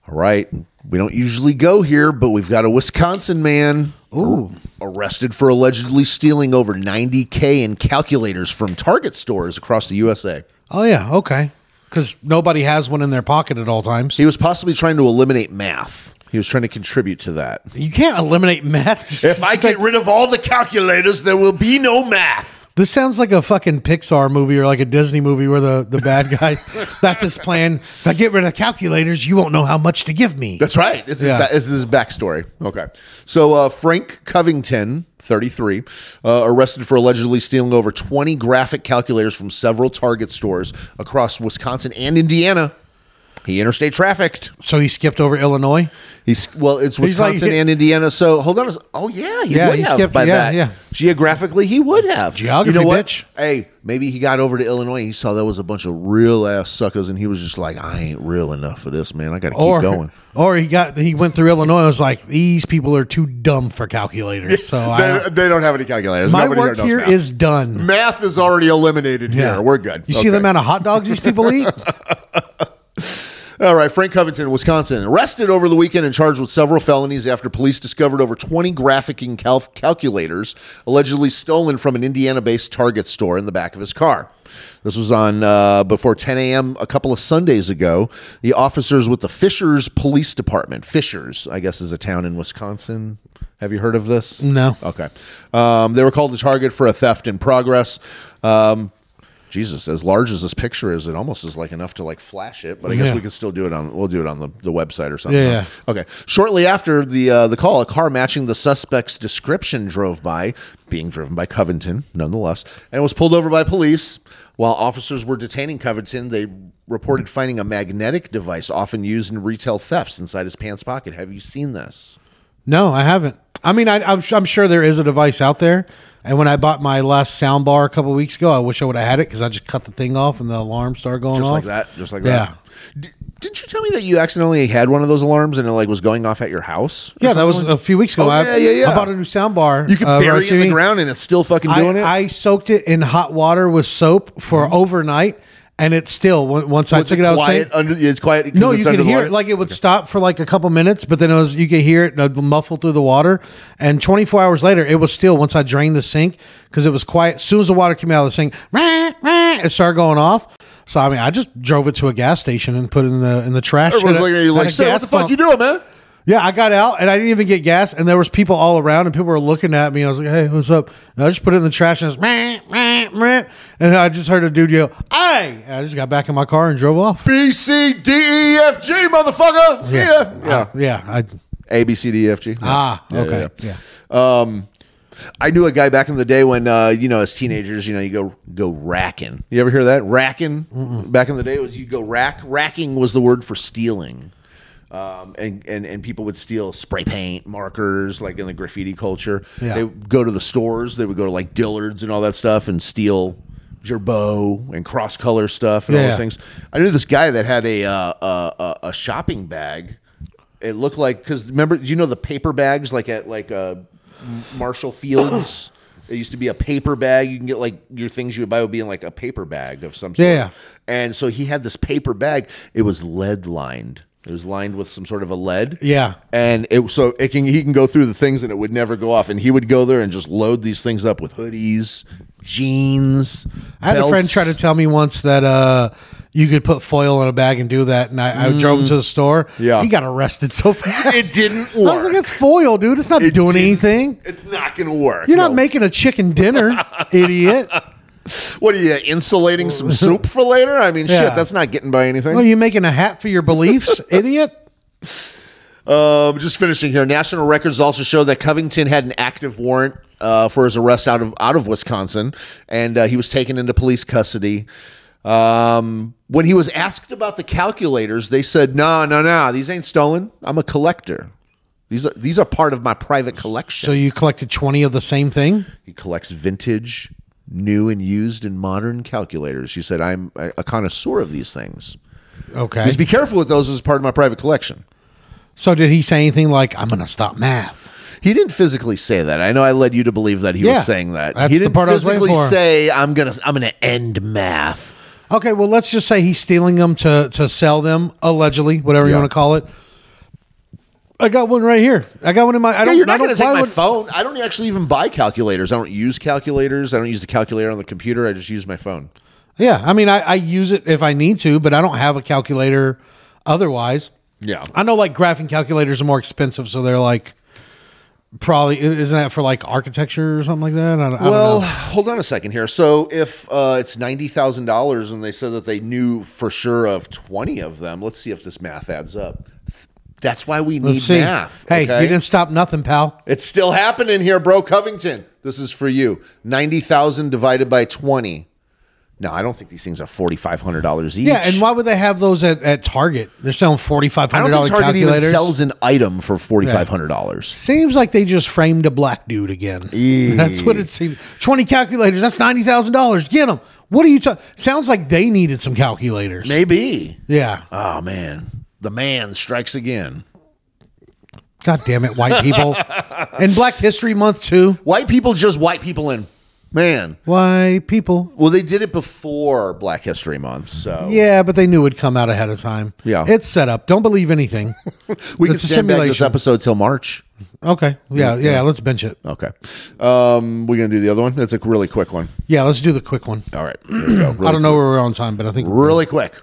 Speaker 2: All right. We don't usually go here, but we've got a Wisconsin man
Speaker 1: Ooh.
Speaker 2: arrested for allegedly stealing over 90K in calculators from Target stores across the USA.
Speaker 1: Oh yeah. Okay. Because nobody has one in their pocket at all times.
Speaker 2: He was possibly trying to eliminate math. He was trying to contribute to that.
Speaker 1: You can't eliminate math. Just-
Speaker 2: If I
Speaker 1: it's
Speaker 2: get
Speaker 1: like-
Speaker 2: rid of all the calculators, there will be no math.
Speaker 1: this sounds like a fucking Pixar movie or like a Disney movie where the, the bad guy, that's his plan. If I get rid of calculators, you won't know how much to give me.
Speaker 2: That's right. It's his,
Speaker 1: Yeah.
Speaker 2: ba- it's his backstory. Okay. So uh, Frank Covington, 33, uh, arrested for allegedly stealing over 20 graphic calculators from several Target stores across Wisconsin and Indiana. He interstate trafficked.
Speaker 1: So he skipped over Illinois.
Speaker 2: He's well, it's
Speaker 1: He's like-
Speaker 2: Wisconsin and Indiana. So hold on. a s- Oh yeah, he
Speaker 1: Yeah,
Speaker 2: would
Speaker 1: he
Speaker 2: have
Speaker 1: skipped-
Speaker 2: by
Speaker 1: yeah,
Speaker 2: that.
Speaker 1: yeah.
Speaker 2: Geographically, he would have
Speaker 1: Geography,
Speaker 2: You know what?
Speaker 1: bitch.
Speaker 2: Hey, maybe he got over to Illinois. He saw there was a bunch of real ass suckers, and he was just like, "I ain't real enough for this, man. I got to keep
Speaker 1: Or,
Speaker 2: going."
Speaker 1: or he got he went through Illinois. and was like, these people are too dumb for calculators. So I,
Speaker 2: they, they don't have any calculators.
Speaker 1: my
Speaker 2: Nobody
Speaker 1: work
Speaker 2: knows
Speaker 1: here
Speaker 2: math.
Speaker 1: is done.
Speaker 2: math is already eliminated here. We're good.
Speaker 1: You see the
Speaker 2: Okay.
Speaker 1: amount of hot dogs these people eat?
Speaker 2: All right, Frank Covington, Wisconsin, arrested over the weekend and charged with several felonies after police discovered over 20 graphicing cal- calculators allegedly stolen from an Indiana-based Target store in the back of his car. This was on uh, before 10 a.m. a couple of Sundays ago. The officers with the Fishers Police Department, Fishers, I guess, is a town in Wisconsin. Have you heard of this?
Speaker 1: No.
Speaker 2: Okay. Um, they were called to target for a theft in progress. Um, Jesus, as large as this picture is, it almost is like enough to like flash it. But I guess
Speaker 1: Yeah.
Speaker 2: we could still do it on. We'll do it on the, the website or something.
Speaker 1: Yeah,
Speaker 2: huh? Okay. Shortly after the uh, the call, a car matching the suspect's description drove by, being driven by Covington, nonetheless, and was pulled over by police. While officers were detaining Covington, they reported finding a magnetic device often used in retail thefts inside his pants pocket. Have you seen this?
Speaker 1: No, I haven't. I mean, I, I'm, I'm sure there is a device out there. And when I bought my last sound bar a couple weeks ago, I wish I would have had it because I just cut the thing off and the alarm started going
Speaker 2: Just
Speaker 1: off.
Speaker 2: like that. Just like
Speaker 1: Yeah.
Speaker 2: that. D- didn't you tell me that you accidentally had one of those alarms and it like was going off at your house? or
Speaker 1: Yeah, that
Speaker 2: something
Speaker 1: was
Speaker 2: like
Speaker 1: a few weeks ago.
Speaker 2: Oh,
Speaker 1: I,
Speaker 2: yeah, yeah, yeah.
Speaker 1: I bought a new sound bar.
Speaker 2: You can
Speaker 1: uh,
Speaker 2: bury it in the
Speaker 1: Rotini.
Speaker 2: ground and it's still fucking doing
Speaker 1: I,
Speaker 2: it. Mm-hmm.
Speaker 1: I soaked it in hot water with soap for overnight, and it still on- once I
Speaker 2: Was
Speaker 1: took it, out, of the
Speaker 2: quiet
Speaker 1: sink-
Speaker 2: under, it's quiet. 'cause
Speaker 1: no,
Speaker 2: it's
Speaker 1: you
Speaker 2: under
Speaker 1: could
Speaker 2: the
Speaker 1: hear
Speaker 2: water?
Speaker 1: it. Like it would stop for like a couple minutes, but then it was you could hear it uh, muffled through the water. And 24 hours later, it was still once I drained the sink because it was quiet. As soon as the water came out of the sink, rah, rah, it started going off. So I mean, I just drove it to a gas station and put it in the in the trash.
Speaker 2: Everyone's
Speaker 1: at a-
Speaker 2: looking at you
Speaker 1: at
Speaker 2: like,
Speaker 1: a
Speaker 2: "Sir, what
Speaker 1: gas
Speaker 2: the fuck
Speaker 1: pump."
Speaker 2: you doing, man?"
Speaker 1: Yeah, I got out and I didn't even get gas, and there was people all around, and people were looking at me. I was like, "Hey, what's up?" And I just put it in the trash, and it's meh, meh, meh. and I just heard a dude yell, "Hey!" And I just got back in my car and drove off.
Speaker 2: B C D E F G, motherfucker. See ya.
Speaker 1: yeah, yeah. I,
Speaker 2: A B C D E F G.
Speaker 1: ah,
Speaker 2: Yeah,
Speaker 1: okay,
Speaker 2: yeah, yeah.
Speaker 1: yeah.
Speaker 2: I knew a guy back in the day when uh, you know, as teenagers, you know, you go go racking. You ever hear that racking? Back in the day, it was you go rack. Racking was the word for stealing. Um, and, and and people would steal spray paint, markers, like in the graffiti culture.
Speaker 1: Yeah.
Speaker 2: They would go to the stores. They would go to like Dillard's and all that stuff and steal gerbo and cross color stuff and all
Speaker 1: Yeah.
Speaker 2: those things. I knew this guy that had a uh, a, a, a shopping bag. It looked like because remember, do you know the paper bags like at like uh, Marshall Fields? it used to be a paper bag. You can get like your things you would buy would be in like a paper bag of some sort.
Speaker 1: Yeah, yeah.
Speaker 2: And so he had this paper bag. It was lead lined. It was lined with some sort of a lead.
Speaker 1: Yeah.
Speaker 2: And it so it can he can go through the things and it would never go off. And he would go there and just load these things up with hoodies, jeans.
Speaker 1: I had a friend
Speaker 2: belts.
Speaker 1: try to tell me once that uh, you could put foil in a bag and do that, and I, I drove him to the store.
Speaker 2: Mm. Yeah.
Speaker 1: he got arrested so fast.
Speaker 2: It didn't
Speaker 1: I was like,
Speaker 2: work.
Speaker 1: "It's foil, dude. It's not
Speaker 2: It
Speaker 1: doing
Speaker 2: didn't-
Speaker 1: anything.
Speaker 2: It's not gonna work.
Speaker 1: You're not
Speaker 2: No.
Speaker 1: making a chicken dinner, idiot."
Speaker 2: What are you insulating some soup for later? I mean,
Speaker 1: Yeah.
Speaker 2: shit, that's not getting by anything.
Speaker 1: Well, you making a hat for your beliefs, idiot?
Speaker 2: Um, just finishing here. National records also show that Covington had an active warrant uh, for his arrest out of out of Wisconsin, and uh, he was taken into police custody. Um, when he was asked about the calculators, they said, "No, no, no, these ain't stolen. I'm a collector. These are these are part of my private collection."
Speaker 1: So you collected 20 of the same thing?
Speaker 2: He collects vintage, new and used and modern calculators. She said, "I'm a a connoisseur of these things."
Speaker 1: Okay.
Speaker 2: Just be careful with those as part of my private collection.
Speaker 1: So did he say anything like, "I'm going to stop math"?
Speaker 2: He didn't physically say that. I know I led you to believe that he
Speaker 1: Yeah.
Speaker 2: was saying that.
Speaker 1: That's
Speaker 2: he
Speaker 1: the
Speaker 2: didn't
Speaker 1: part I was waiting
Speaker 2: physically
Speaker 1: for.
Speaker 2: say I'm gonna I'm gonna end math.
Speaker 1: Okay, well, let's just say he's stealing them to to sell them allegedly, whatever you
Speaker 2: Yeah.
Speaker 1: want to call it. I got one right here. I got one in my. I
Speaker 2: No,
Speaker 1: don't.
Speaker 2: you're
Speaker 1: I
Speaker 2: not
Speaker 1: don't-
Speaker 2: going to take
Speaker 1: why
Speaker 2: my
Speaker 1: would-
Speaker 2: phone. I don't actually even buy calculators. I don't use calculators. I don't use the calculator on the computer. I just use my phone.
Speaker 1: Yeah, I mean, I, I use it if I need to, but I don't have a calculator otherwise.
Speaker 2: Yeah.
Speaker 1: I know like graphing calculators are more expensive, so they're like probably isn't that for like architecture or something like that? I, don't- I don't
Speaker 2: Well,
Speaker 1: know.
Speaker 2: hold on a second here. So if uh, it's ninety thousand dollars, and they said that they knew for sure of twenty of them, let's see if this math adds up. That's why we need
Speaker 1: Let's see.
Speaker 2: math.
Speaker 1: Hey,
Speaker 2: okay?
Speaker 1: you didn't stop nothing, pal.
Speaker 2: It's still happening here, bro. Covington, this is for you. Ninety thousand divided by twenty. No, I don't think these things are forty five hundred dollars each.
Speaker 1: Yeah, and why would they have those at, at Target? They're selling forty five
Speaker 2: I
Speaker 1: hundred
Speaker 2: don't
Speaker 1: dollars
Speaker 2: think Target even
Speaker 1: calculators.
Speaker 2: sells an item for forty five hundred dollars.
Speaker 1: Seems like they just framed a black dude again. That's what it seems. Twenty calculators. That's ninety thousand dollars. Get them. What are you? Ta- Sounds like they needed some calculators.
Speaker 2: Maybe.
Speaker 1: Yeah.
Speaker 2: Oh man, the man strikes again.
Speaker 1: God damn it, white people. and Black History Month too.
Speaker 2: White people just white people in. Man,
Speaker 1: White people.
Speaker 2: well, they did it before Black History Month, so
Speaker 1: Yeah, but they knew it'd come out ahead of time.
Speaker 2: Yeah.
Speaker 1: It's set up. Don't believe anything.
Speaker 2: we can
Speaker 1: It's a
Speaker 2: send back this
Speaker 1: simulation.
Speaker 2: episode till March.
Speaker 1: Okay. Yeah, yeah, let's bench it.
Speaker 2: Okay, um, we're gonna do the other one. It's a really quick one.
Speaker 1: Yeah, let's do the quick one.
Speaker 2: All right, here we go. Really
Speaker 1: I don't know where we're on time, but I think
Speaker 2: really quick.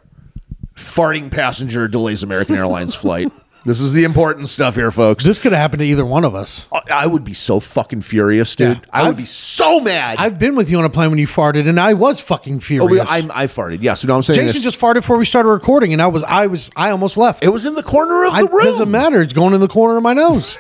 Speaker 2: Farting passenger delays American Airlines flight. This is the important stuff here, folks.
Speaker 1: this could have happened to either one of us.
Speaker 2: I- I would be so fucking furious, dude.
Speaker 1: Yeah.
Speaker 2: I would
Speaker 1: I've-
Speaker 2: be so mad.
Speaker 1: I've been with you on a plane when you farted and I was fucking
Speaker 2: Oh, we-
Speaker 1: furious.
Speaker 2: I'm- I farted. Yes, you know what I'm saying.
Speaker 1: Jason
Speaker 2: It's-
Speaker 1: just farted before we started recording and I was I was I almost left.
Speaker 2: it was in the corner of
Speaker 1: I-
Speaker 2: the room.
Speaker 1: doesn't matter. It's going in the corner of my nose.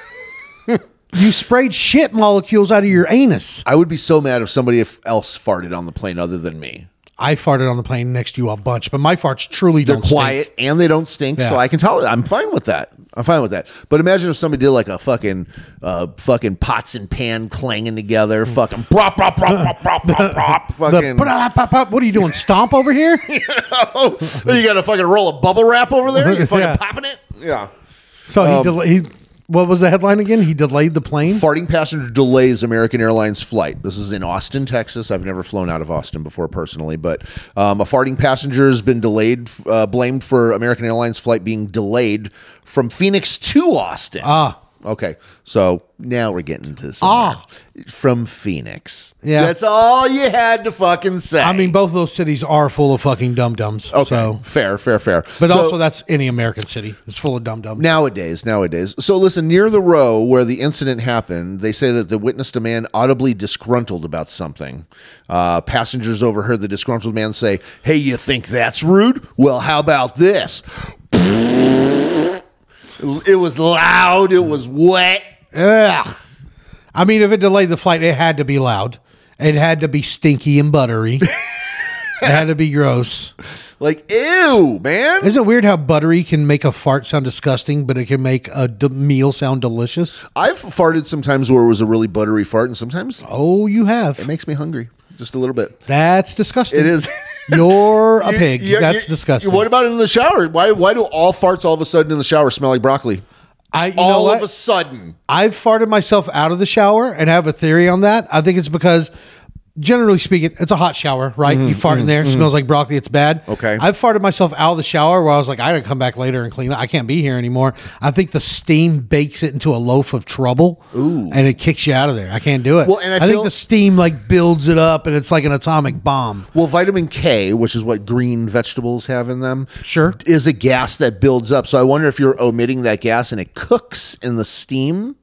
Speaker 1: you sprayed shit molecules out of your anus.
Speaker 2: I would be so mad if somebody if- else farted on the plane other than me.
Speaker 1: I farted on the plane next to you a bunch, but my farts truly
Speaker 2: They're
Speaker 1: don't
Speaker 2: quiet
Speaker 1: stink.
Speaker 2: and they don't stink, so
Speaker 1: Yeah.
Speaker 2: I can tolerate. I'm fine with that. I'm fine with that. But imagine if somebody did like a fucking, uh, fucking pots and pan clanging together, fucking brop brop brop brop brop brop, brop
Speaker 1: The
Speaker 2: fucking.
Speaker 1: pop, pop, pop, what are you doing? Stomp over here?
Speaker 2: oh, you got to fucking roll a bubble wrap over there. You fucking
Speaker 1: Yeah.
Speaker 2: popping it. Yeah.
Speaker 1: So
Speaker 2: Um,
Speaker 1: he, del- he, what was the headline again? He delayed the plane.
Speaker 2: Farting passenger delays American Airlines flight. This is in Austin, Texas. I've never flown out of Austin before personally, but um, a farting passenger has been delayed, uh, blamed for American Airlines flight being delayed from Phoenix to Austin. Ah. Okay. So now we're getting to somewhere.
Speaker 1: Ah.
Speaker 2: From Phoenix.
Speaker 1: Yeah.
Speaker 2: That's all you had to fucking say.
Speaker 1: I mean, both of those cities are full of fucking dum dums.
Speaker 2: okay.
Speaker 1: So,
Speaker 2: fair, fair, fair.
Speaker 1: but
Speaker 2: So-
Speaker 1: also that's any American city. It's full of dum dums.
Speaker 2: Nowadays, nowadays. So listen, near the row where the incident happened, they say that the witnessed a man audibly disgruntled about something. Uh, passengers overheard the disgruntled man say, "Hey, you think that's rude? Well, how about this?" It was loud. It was wet.
Speaker 1: Ugh. I mean, if it delayed the flight, it had to be loud. It had to be stinky and buttery. it had to be gross.
Speaker 2: Like ew, man.
Speaker 1: Isn't it weird how buttery can make a fart sound disgusting, but it can make a d- meal sound delicious?
Speaker 2: I've farted sometimes where it was a really buttery fart, and sometimes it
Speaker 1: Oh, you have.
Speaker 2: makes me hungry just a little bit.
Speaker 1: That's disgusting.
Speaker 2: It is.
Speaker 1: You're a
Speaker 2: You-
Speaker 1: pig.
Speaker 2: you-
Speaker 1: That's
Speaker 2: you-
Speaker 1: disgusting.
Speaker 2: What about in the shower? Why? Why do all farts all of a sudden in the shower smell like broccoli?
Speaker 1: I, you know
Speaker 2: all
Speaker 1: what?
Speaker 2: of a sudden.
Speaker 1: I've farted myself out of the shower and have a theory on that. I think it's because generally speaking, it's a hot shower, right? you fart in there, it smells like broccoli, it's bad.
Speaker 2: Mm-hmm, Okay.
Speaker 1: I've farted myself out of the shower where I was like, I gotta come back later and clean up. I can't be here anymore. I think the steam bakes it into a loaf of trouble. Ooh. And it kicks you out of there. I can't do it.
Speaker 2: Well, and I feel-
Speaker 1: think the steam like builds it up and it's like an atomic bomb.
Speaker 2: Well, vitamin K, which is what green vegetables have in them,
Speaker 1: Sure.
Speaker 2: is a gas that builds up. So I wonder if you're omitting that gas and it cooks in the steam,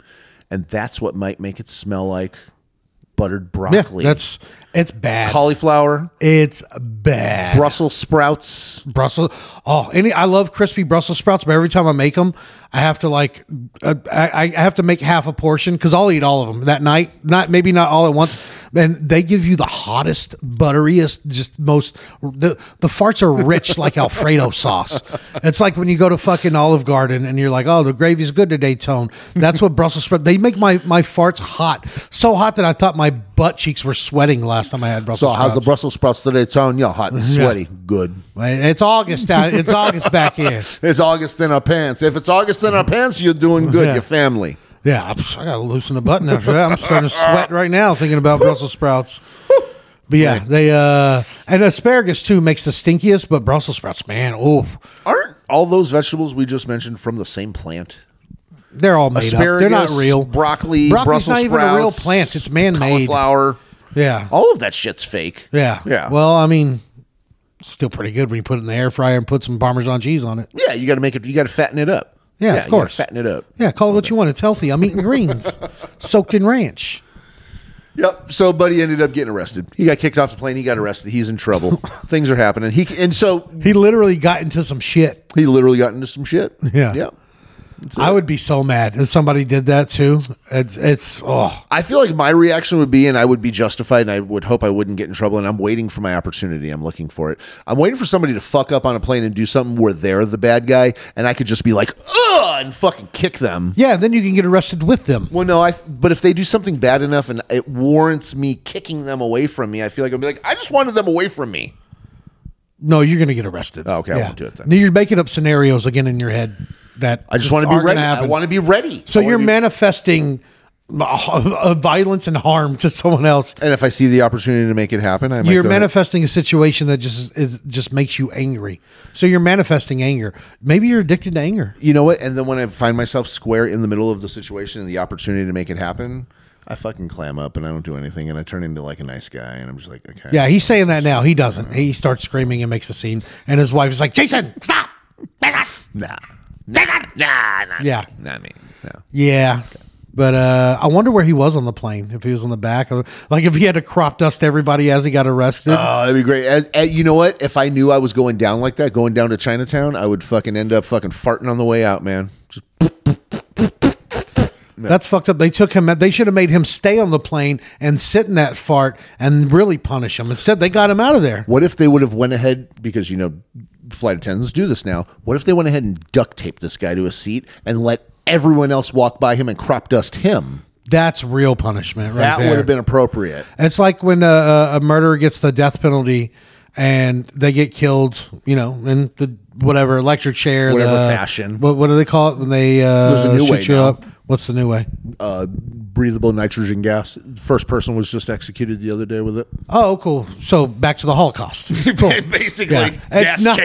Speaker 2: and that's what might make it smell like buttered
Speaker 1: Yeah,
Speaker 2: broccoli.
Speaker 1: that's it's bad.
Speaker 2: cauliflower,
Speaker 1: it's bad.
Speaker 2: Brussels sprouts.
Speaker 1: Brussels. Oh, any I love crispy Brussels sprouts, but every time I make them, I have to like uh, I, I have to make half a portion because I'll eat all of them that night. Not maybe not all at once, and they give you the hottest, butteriest, just most the the farts are rich like Alfredo sauce. It's like when you go to fucking Olive Garden and you're like, oh, the gravy's good today, Tone. That's what Brussels sprout. They make my my farts hot, so hot that I thought my butt cheeks were sweating last time I had
Speaker 2: So
Speaker 1: Brussels
Speaker 2: how's the
Speaker 1: sprouts.
Speaker 2: Brussels sprouts today, Tone? Yeah, hot and sweaty. Good.
Speaker 1: it's August out. It's August back here.
Speaker 2: It's August in our pants. If it's August in our pants, you're doing good.
Speaker 1: Yeah.
Speaker 2: Your family.
Speaker 1: Yeah, I I gotta loosen the button after that. I'm starting to sweat right now thinking about Brussels sprouts. But yeah, they uh and asparagus too makes the stinkiest, but Brussels sprouts, man, oh,
Speaker 2: Aren't all those vegetables we just mentioned from the same plant?
Speaker 1: they're all made up.
Speaker 2: Asparagus,
Speaker 1: They're not real.
Speaker 2: broccoli,
Speaker 1: Broccoli's
Speaker 2: Brussels
Speaker 1: not
Speaker 2: sprouts,
Speaker 1: even a real plant. It's man-made.
Speaker 2: Cauliflower,
Speaker 1: Yeah,
Speaker 2: all of that shit's fake.
Speaker 1: yeah,
Speaker 2: yeah.
Speaker 1: Well, I mean, it's still pretty good when you put it in the air fryer and put some Parmesan cheese on it.
Speaker 2: Yeah, you got to make it. You got to fatten it up.
Speaker 1: Yeah, of
Speaker 2: you gotta
Speaker 1: course.
Speaker 2: fatten it up.
Speaker 1: Yeah, call it what you want. It's healthy. I'm eating greens soaked in ranch.
Speaker 2: Yep. So Buddy ended up getting arrested. He got kicked off the plane. He got arrested. He's in trouble. Things are happening. He and so
Speaker 1: He literally got into some shit.
Speaker 2: he literally got into some shit.
Speaker 1: Yeah.
Speaker 2: Yep.
Speaker 1: I would be so mad if somebody did that too. It's, it's oh.
Speaker 2: I feel like my reaction would be, and I would be justified, and I would hope I wouldn't get in trouble. And I'm waiting for my opportunity. I'm looking for it. I'm waiting for somebody to fuck up on a plane and do something where they're the bad guy, and I could just be like, ugh, and fucking kick them.
Speaker 1: Yeah, then you can get arrested with them.
Speaker 2: Well, no, I. But if they do something bad enough and it warrants me kicking them away from me, I feel like I'd be like, I just wanted them away from me.
Speaker 1: No, you're going to get arrested.
Speaker 2: Oh, okay, I won't do it then.
Speaker 1: No, You're making up scenarios again in your head that
Speaker 2: I just want to be
Speaker 1: aren't gonna
Speaker 2: ready. I
Speaker 1: happen.
Speaker 2: want to be ready.
Speaker 1: so
Speaker 2: I wanna
Speaker 1: you're
Speaker 2: be-
Speaker 1: manifesting uh, violence and harm to someone else.
Speaker 2: And if I see the opportunity to make it happen, I might
Speaker 1: You're
Speaker 2: go ahead.
Speaker 1: manifesting a situation that just is, just makes you angry. So you're manifesting anger. Maybe you're addicted to anger.
Speaker 2: You know what? And then when I find myself square in the middle of the situation and the opportunity to make it happen, I fucking clam up and I don't do anything and I turn into like a nice guy and I'm just like, okay.
Speaker 1: Yeah, he's saying that now. He doesn't. He starts screaming and makes a scene, and his wife is like, "Jason, stop!"
Speaker 2: Nah. Nah, nah, nah.
Speaker 1: Yeah.
Speaker 2: Not me. No.
Speaker 1: Yeah. But uh, I wonder where he was on the plane. If he was on the back, or like if he had to crop dust everybody as he got arrested.
Speaker 2: Oh, that'd be great. And- and you know what? If I knew I was going down like that, going down to Chinatown, I would fucking end up fucking farting on the way out, man. Just
Speaker 1: That's fucked up. They took him. They should have made him stay on the plane and sit in that fart and really punish him. Instead, they got him out of there.
Speaker 2: What if they would have went ahead because you know flight attendants do this now? What if they went ahead and duct taped this guy to a seat and let everyone else walk by him and crop dust him?
Speaker 1: That's real punishment, right
Speaker 2: That
Speaker 1: there.
Speaker 2: would have been appropriate.
Speaker 1: It's like when a, a a murderer gets the death penalty and they get killed. You know, in the whatever electric chair,
Speaker 2: Whatever
Speaker 1: the-
Speaker 2: fashion.
Speaker 1: What, what do they call it when they uh,
Speaker 2: There's a new
Speaker 1: shoot
Speaker 2: way
Speaker 1: you
Speaker 2: now.
Speaker 1: up? What's the new way?
Speaker 2: Breathable nitrogen gas. First person was just executed the other day with it.
Speaker 1: Oh, cool. So back to the Holocaust. Cool.
Speaker 2: Basically,
Speaker 1: It's not,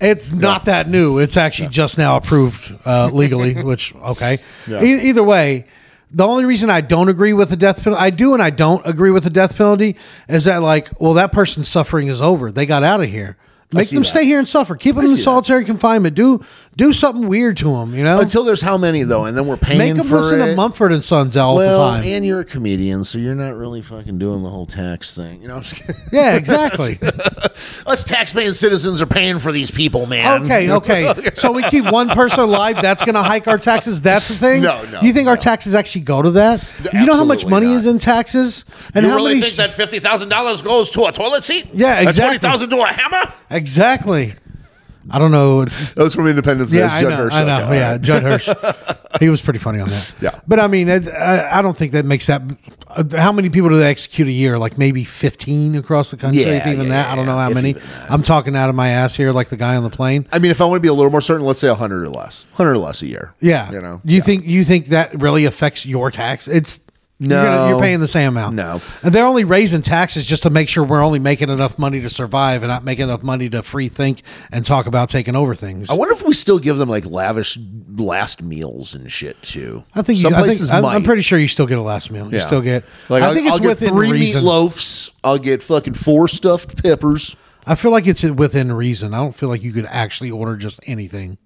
Speaker 1: It's not that new. It's actually just now approved uh, legally, which okay. E- either way, the only reason I don't agree with the death penalty, I do and I don't agree with the death penalty, is that like, well, that person's suffering is over. They got out of here. Make
Speaker 2: see
Speaker 1: them
Speaker 2: that.
Speaker 1: stay here and suffer. Keep them in
Speaker 2: that.
Speaker 1: solitary confinement. Do do something weird to them. You know,
Speaker 2: Until there's how many though, and then we're paying
Speaker 1: make them
Speaker 2: for
Speaker 1: listen
Speaker 2: it.
Speaker 1: to Mumford and Sons all
Speaker 2: well,
Speaker 1: the time.
Speaker 2: and you're a comedian, so you're not really fucking doing the whole tax thing. You know, I'm just kidding.
Speaker 1: yeah, exactly.
Speaker 2: us taxpaying citizens are paying for these people, man.
Speaker 1: Okay, okay. So we keep one person alive. That's going to hike our taxes. That's the thing.
Speaker 2: No, no,
Speaker 1: You think our
Speaker 2: no.
Speaker 1: taxes actually go to that? you know how much
Speaker 2: absolutely
Speaker 1: money
Speaker 2: not.
Speaker 1: is in taxes, and how many? sh-
Speaker 2: fifty thousand dollars goes to a toilet seat?
Speaker 1: Yeah, That exactly. $20,000
Speaker 2: to a hammer?
Speaker 1: exactly. I don't know.
Speaker 2: That was from Independence Day.
Speaker 1: Yeah,
Speaker 2: It's
Speaker 1: I
Speaker 2: Judd
Speaker 1: know.
Speaker 2: Hirsch.
Speaker 1: I know.
Speaker 2: Okay, all
Speaker 1: Yeah,
Speaker 2: right.
Speaker 1: Judd Hirsch. he was pretty funny on that.
Speaker 2: Yeah.
Speaker 1: But I mean, it, I, I don't think that makes that. Uh, how many people do they execute a year? Like maybe fifteen across the country,
Speaker 2: Yeah,
Speaker 1: if even
Speaker 2: yeah,
Speaker 1: that.
Speaker 2: yeah,
Speaker 1: I don't know
Speaker 2: yeah.
Speaker 1: how
Speaker 2: If
Speaker 1: many.
Speaker 2: even that.
Speaker 1: I'm talking out of my ass here, like the guy on the plane.
Speaker 2: I mean, if I want to be a little more certain, let's say hundred or less, hundred or less a year.
Speaker 1: Yeah.
Speaker 2: you know,
Speaker 1: You think you think that really affects your tax? It's
Speaker 2: No.
Speaker 1: You're, gonna- you're paying the same amount.
Speaker 2: No.
Speaker 1: And they're only raising taxes just to make sure we're only making enough money to survive and not making enough money to free think and talk about taking over things.
Speaker 2: I wonder if we still give them like lavish last meals and shit too.
Speaker 1: I think you,
Speaker 2: some
Speaker 1: I think,
Speaker 2: places
Speaker 1: I'm,
Speaker 2: might.
Speaker 1: I'm pretty sure you still get a last meal. You
Speaker 2: Yeah.
Speaker 1: still get.
Speaker 2: Like,
Speaker 1: I think
Speaker 2: I'll,
Speaker 1: it's
Speaker 2: I'll
Speaker 1: within
Speaker 2: get three
Speaker 1: reason.
Speaker 2: meatloafs. I'll get fucking four stuffed peppers.
Speaker 1: I feel like it's within reason. I don't feel like you could actually order just anything.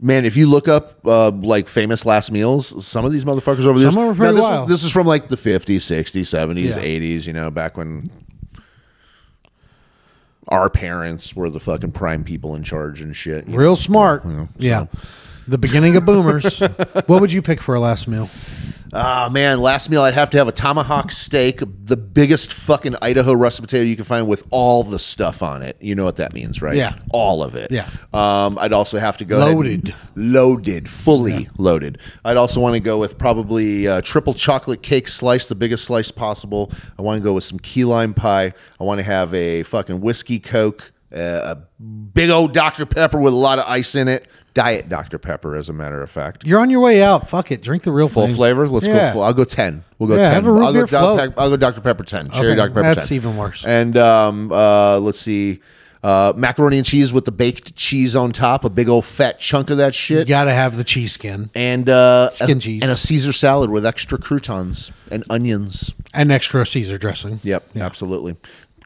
Speaker 2: Man, if you look up uh, like famous last meals, some of these motherfuckers over there.
Speaker 1: Some are pretty
Speaker 2: this,
Speaker 1: wild.
Speaker 2: Is, this is from like the 50s, 60s, 70s,
Speaker 1: Yeah.
Speaker 2: 80s, you know, back when our parents were the fucking prime people in charge and shit. you
Speaker 1: Real smart. Yeah. The beginning of boomers. what would you pick for a last meal?
Speaker 2: Oh man, last meal I'd have to have a tomahawk steak, the biggest fucking Idaho russet potato you can find with all the stuff on it. You know what that means, right?
Speaker 1: Yeah.
Speaker 2: all of it.
Speaker 1: Yeah.
Speaker 2: Um, I'd also have to go ahead and-
Speaker 1: Loaded.
Speaker 2: loaded, fully loaded. I'd also want to go with probably uh, triple chocolate cake slice, the biggest slice possible. I want to go with some key lime pie. I want to have a fucking whiskey coke, uh, a big old Dr Pepper with a lot of ice in it. Diet Dr Pepper, as a matter of fact.
Speaker 1: You're on your way out. Fuck it. Drink the real
Speaker 2: Full
Speaker 1: thing.
Speaker 2: flavor. Let's
Speaker 1: Yeah.
Speaker 2: go. Full. I'll go ten. We'll go
Speaker 1: Yeah,
Speaker 2: ten.
Speaker 1: have a root
Speaker 2: I'll,
Speaker 1: beer
Speaker 2: go Dr.
Speaker 1: float.
Speaker 2: Pepper, I'll go Dr Pepper ten. Cherry
Speaker 1: Okay,
Speaker 2: Dr Pepper
Speaker 1: that's
Speaker 2: ten.
Speaker 1: even worse.
Speaker 2: And um, uh, let's see, uh, macaroni and cheese with the baked cheese on top, a big old fat chunk of that
Speaker 1: You
Speaker 2: shit,
Speaker 1: gotta have the cheese skin
Speaker 2: and uh,
Speaker 1: Skin
Speaker 2: a,
Speaker 1: cheese.
Speaker 2: and a Caesar salad with extra croutons and onions.
Speaker 1: and extra Caesar dressing.
Speaker 2: Yep, absolutely.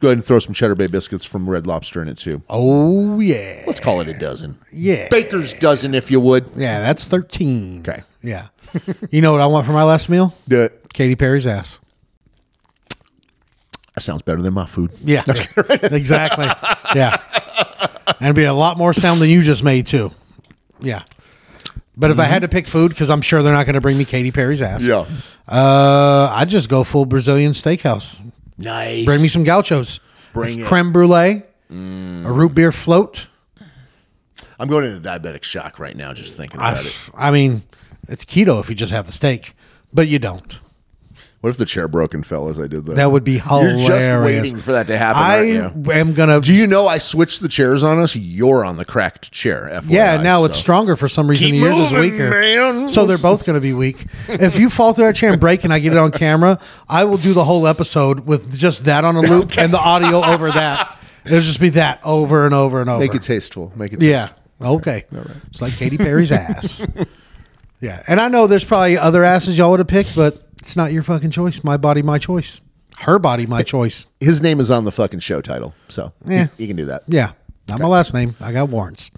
Speaker 2: Go ahead and throw some Cheddar Bay biscuits from Red Lobster in it too.
Speaker 1: Oh yeah.
Speaker 2: Let's call it a dozen.
Speaker 1: Yeah.
Speaker 2: baker's dozen if you would.
Speaker 1: Yeah, that's thirteen.
Speaker 2: Okay.
Speaker 1: Yeah. you know what I want for my last meal?
Speaker 2: Do it.
Speaker 1: Katy Perry's ass.
Speaker 2: That sounds better than my food.
Speaker 1: Yeah. exactly. Yeah. And it'd be a lot more sound than you just made too. Yeah. But if I had to pick food, because I'm sure they're not going to bring me Katy Perry's ass.
Speaker 2: Yeah.
Speaker 1: Uh, I'd just go full Brazilian steakhouse.
Speaker 2: Nice.
Speaker 1: Bring me some gauchos.
Speaker 2: Bring it. Mm.
Speaker 1: creme brulee, a root beer float.
Speaker 2: I'm going into diabetic shock right now just thinking
Speaker 1: I,
Speaker 2: about it.
Speaker 1: I mean, it's keto if you just have the steak, but you don't.
Speaker 2: What if the chair broke and fell as I did that?
Speaker 1: That would be hilarious.
Speaker 2: You're just waiting for that to happen.
Speaker 1: I
Speaker 2: aren't you?
Speaker 1: am gonna.
Speaker 2: Do you know I switched the chairs on us? You're on the cracked chair. FYI,
Speaker 1: yeah, now it's
Speaker 2: so.
Speaker 1: stronger for some reason.
Speaker 2: Keep
Speaker 1: Yours is
Speaker 2: moving,
Speaker 1: weaker,
Speaker 2: man.
Speaker 1: so they're both going to be weak. if you fall through that chair and break, and I get it on camera, I will do the whole episode with just that on a loop and the audio over that. It'll just be that over and over and over.
Speaker 2: Make it tasteful. Make it
Speaker 1: Yeah.
Speaker 2: tasteful.
Speaker 1: Okay. It's like Katy Perry's ass. Yeah. And I know there's probably other asses y'all would have picked, but it's not your fucking choice. My body, my choice. Her body, my choice.
Speaker 2: His name is on the fucking show title, so
Speaker 1: Yeah.
Speaker 2: you, you can do that.
Speaker 1: Yeah. Not my last name. I got warrants.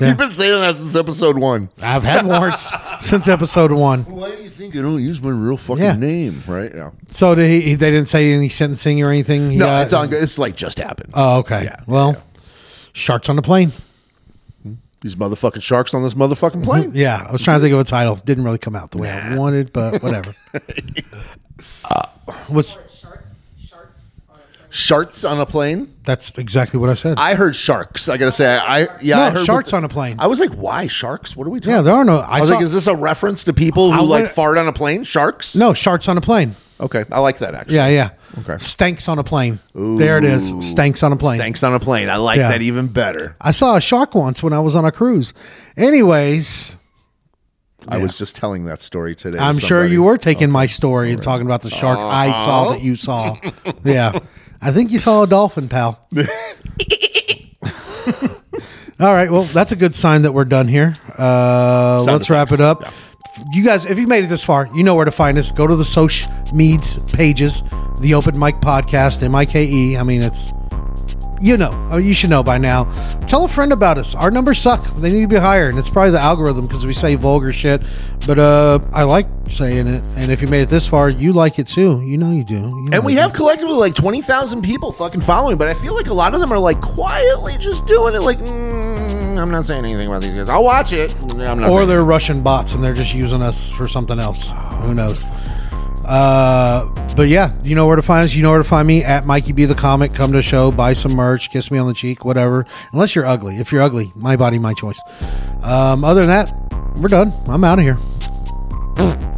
Speaker 2: You've been saying that since episode one.
Speaker 1: I've had warrants since episode one.
Speaker 2: Why do you think I don't use my real fucking
Speaker 1: Yeah.
Speaker 2: name? Right? Yeah.
Speaker 1: So did he, he- they didn't say any sentencing or anything? He
Speaker 2: No,
Speaker 1: got-
Speaker 2: it's on. It's like just happened.
Speaker 1: Oh, okay.
Speaker 2: Yeah,
Speaker 1: well,
Speaker 2: yeah.
Speaker 1: sharks on the plane.
Speaker 2: These motherfucking sharks on this motherfucking plane.
Speaker 1: Yeah. I was trying to think of a title. Didn't really come out the way I wanted, but whatever. Uh, what's
Speaker 3: Sharks, sharks on a plane.
Speaker 2: Sharks on a plane.
Speaker 1: that's exactly what I said.
Speaker 2: I heard sharks. I gotta say, I yeah,
Speaker 1: No,
Speaker 2: I heard
Speaker 1: sharks on a plane.
Speaker 2: I was like, why sharks? What are we talking?
Speaker 1: Yeah, there are no. I,
Speaker 2: I was
Speaker 1: saw,
Speaker 2: like, is this a reference to people who
Speaker 1: I
Speaker 2: like
Speaker 1: went-
Speaker 2: fart on a plane? Sharks?
Speaker 1: no sharks on a plane.
Speaker 2: Okay, I like that actually.
Speaker 1: Yeah, yeah.
Speaker 2: Okay.
Speaker 1: Stanks on a plane. There it is. Stanks on a plane.
Speaker 2: Thanks on a plane. I like
Speaker 1: Yeah.
Speaker 2: that even better.
Speaker 1: I saw a shark once when I was on a cruise. Anyways,
Speaker 2: I was just telling that story today. to
Speaker 1: I'm sure
Speaker 2: somebody.
Speaker 1: you were taking my story and talking about the shark I saw that you saw. yeah. I think you saw a dolphin, pal. All right. Well, that's a good sign that we're done here. Uh, let's wrap it
Speaker 2: effects.
Speaker 1: up.
Speaker 2: Yeah.
Speaker 1: You guys, if you made it this far, you know where to find us. Go to the social meds pages, the Open Mic Podcast, M I K E. I mean, it's you know, oh, you should know by now. Tell a friend about us. Our numbers suck. They need to be higher, and it's probably the algorithm because we say vulgar shit. But uh, I like saying it, and if you made it this far, you like it too. You know you do. You
Speaker 2: And
Speaker 1: know
Speaker 2: we
Speaker 1: you
Speaker 2: have collectively like twenty thousand people fucking following, but I feel like a lot of them are like quietly just doing it. Like, mm, I'm not saying anything about these guys. I'll watch it. Mm, I'm not.
Speaker 1: or
Speaker 2: saying-
Speaker 1: they're Russian bots and they're just using us for something else. Who knows? Uh, but yeah, you know where to find us. You know where to find me at Mikey B the Comic. Come to a show, buy some merch, kiss me on the cheek, whatever. Unless you're ugly. If you're ugly, my body, my choice. Um, other than that, we're done. I'm out of here.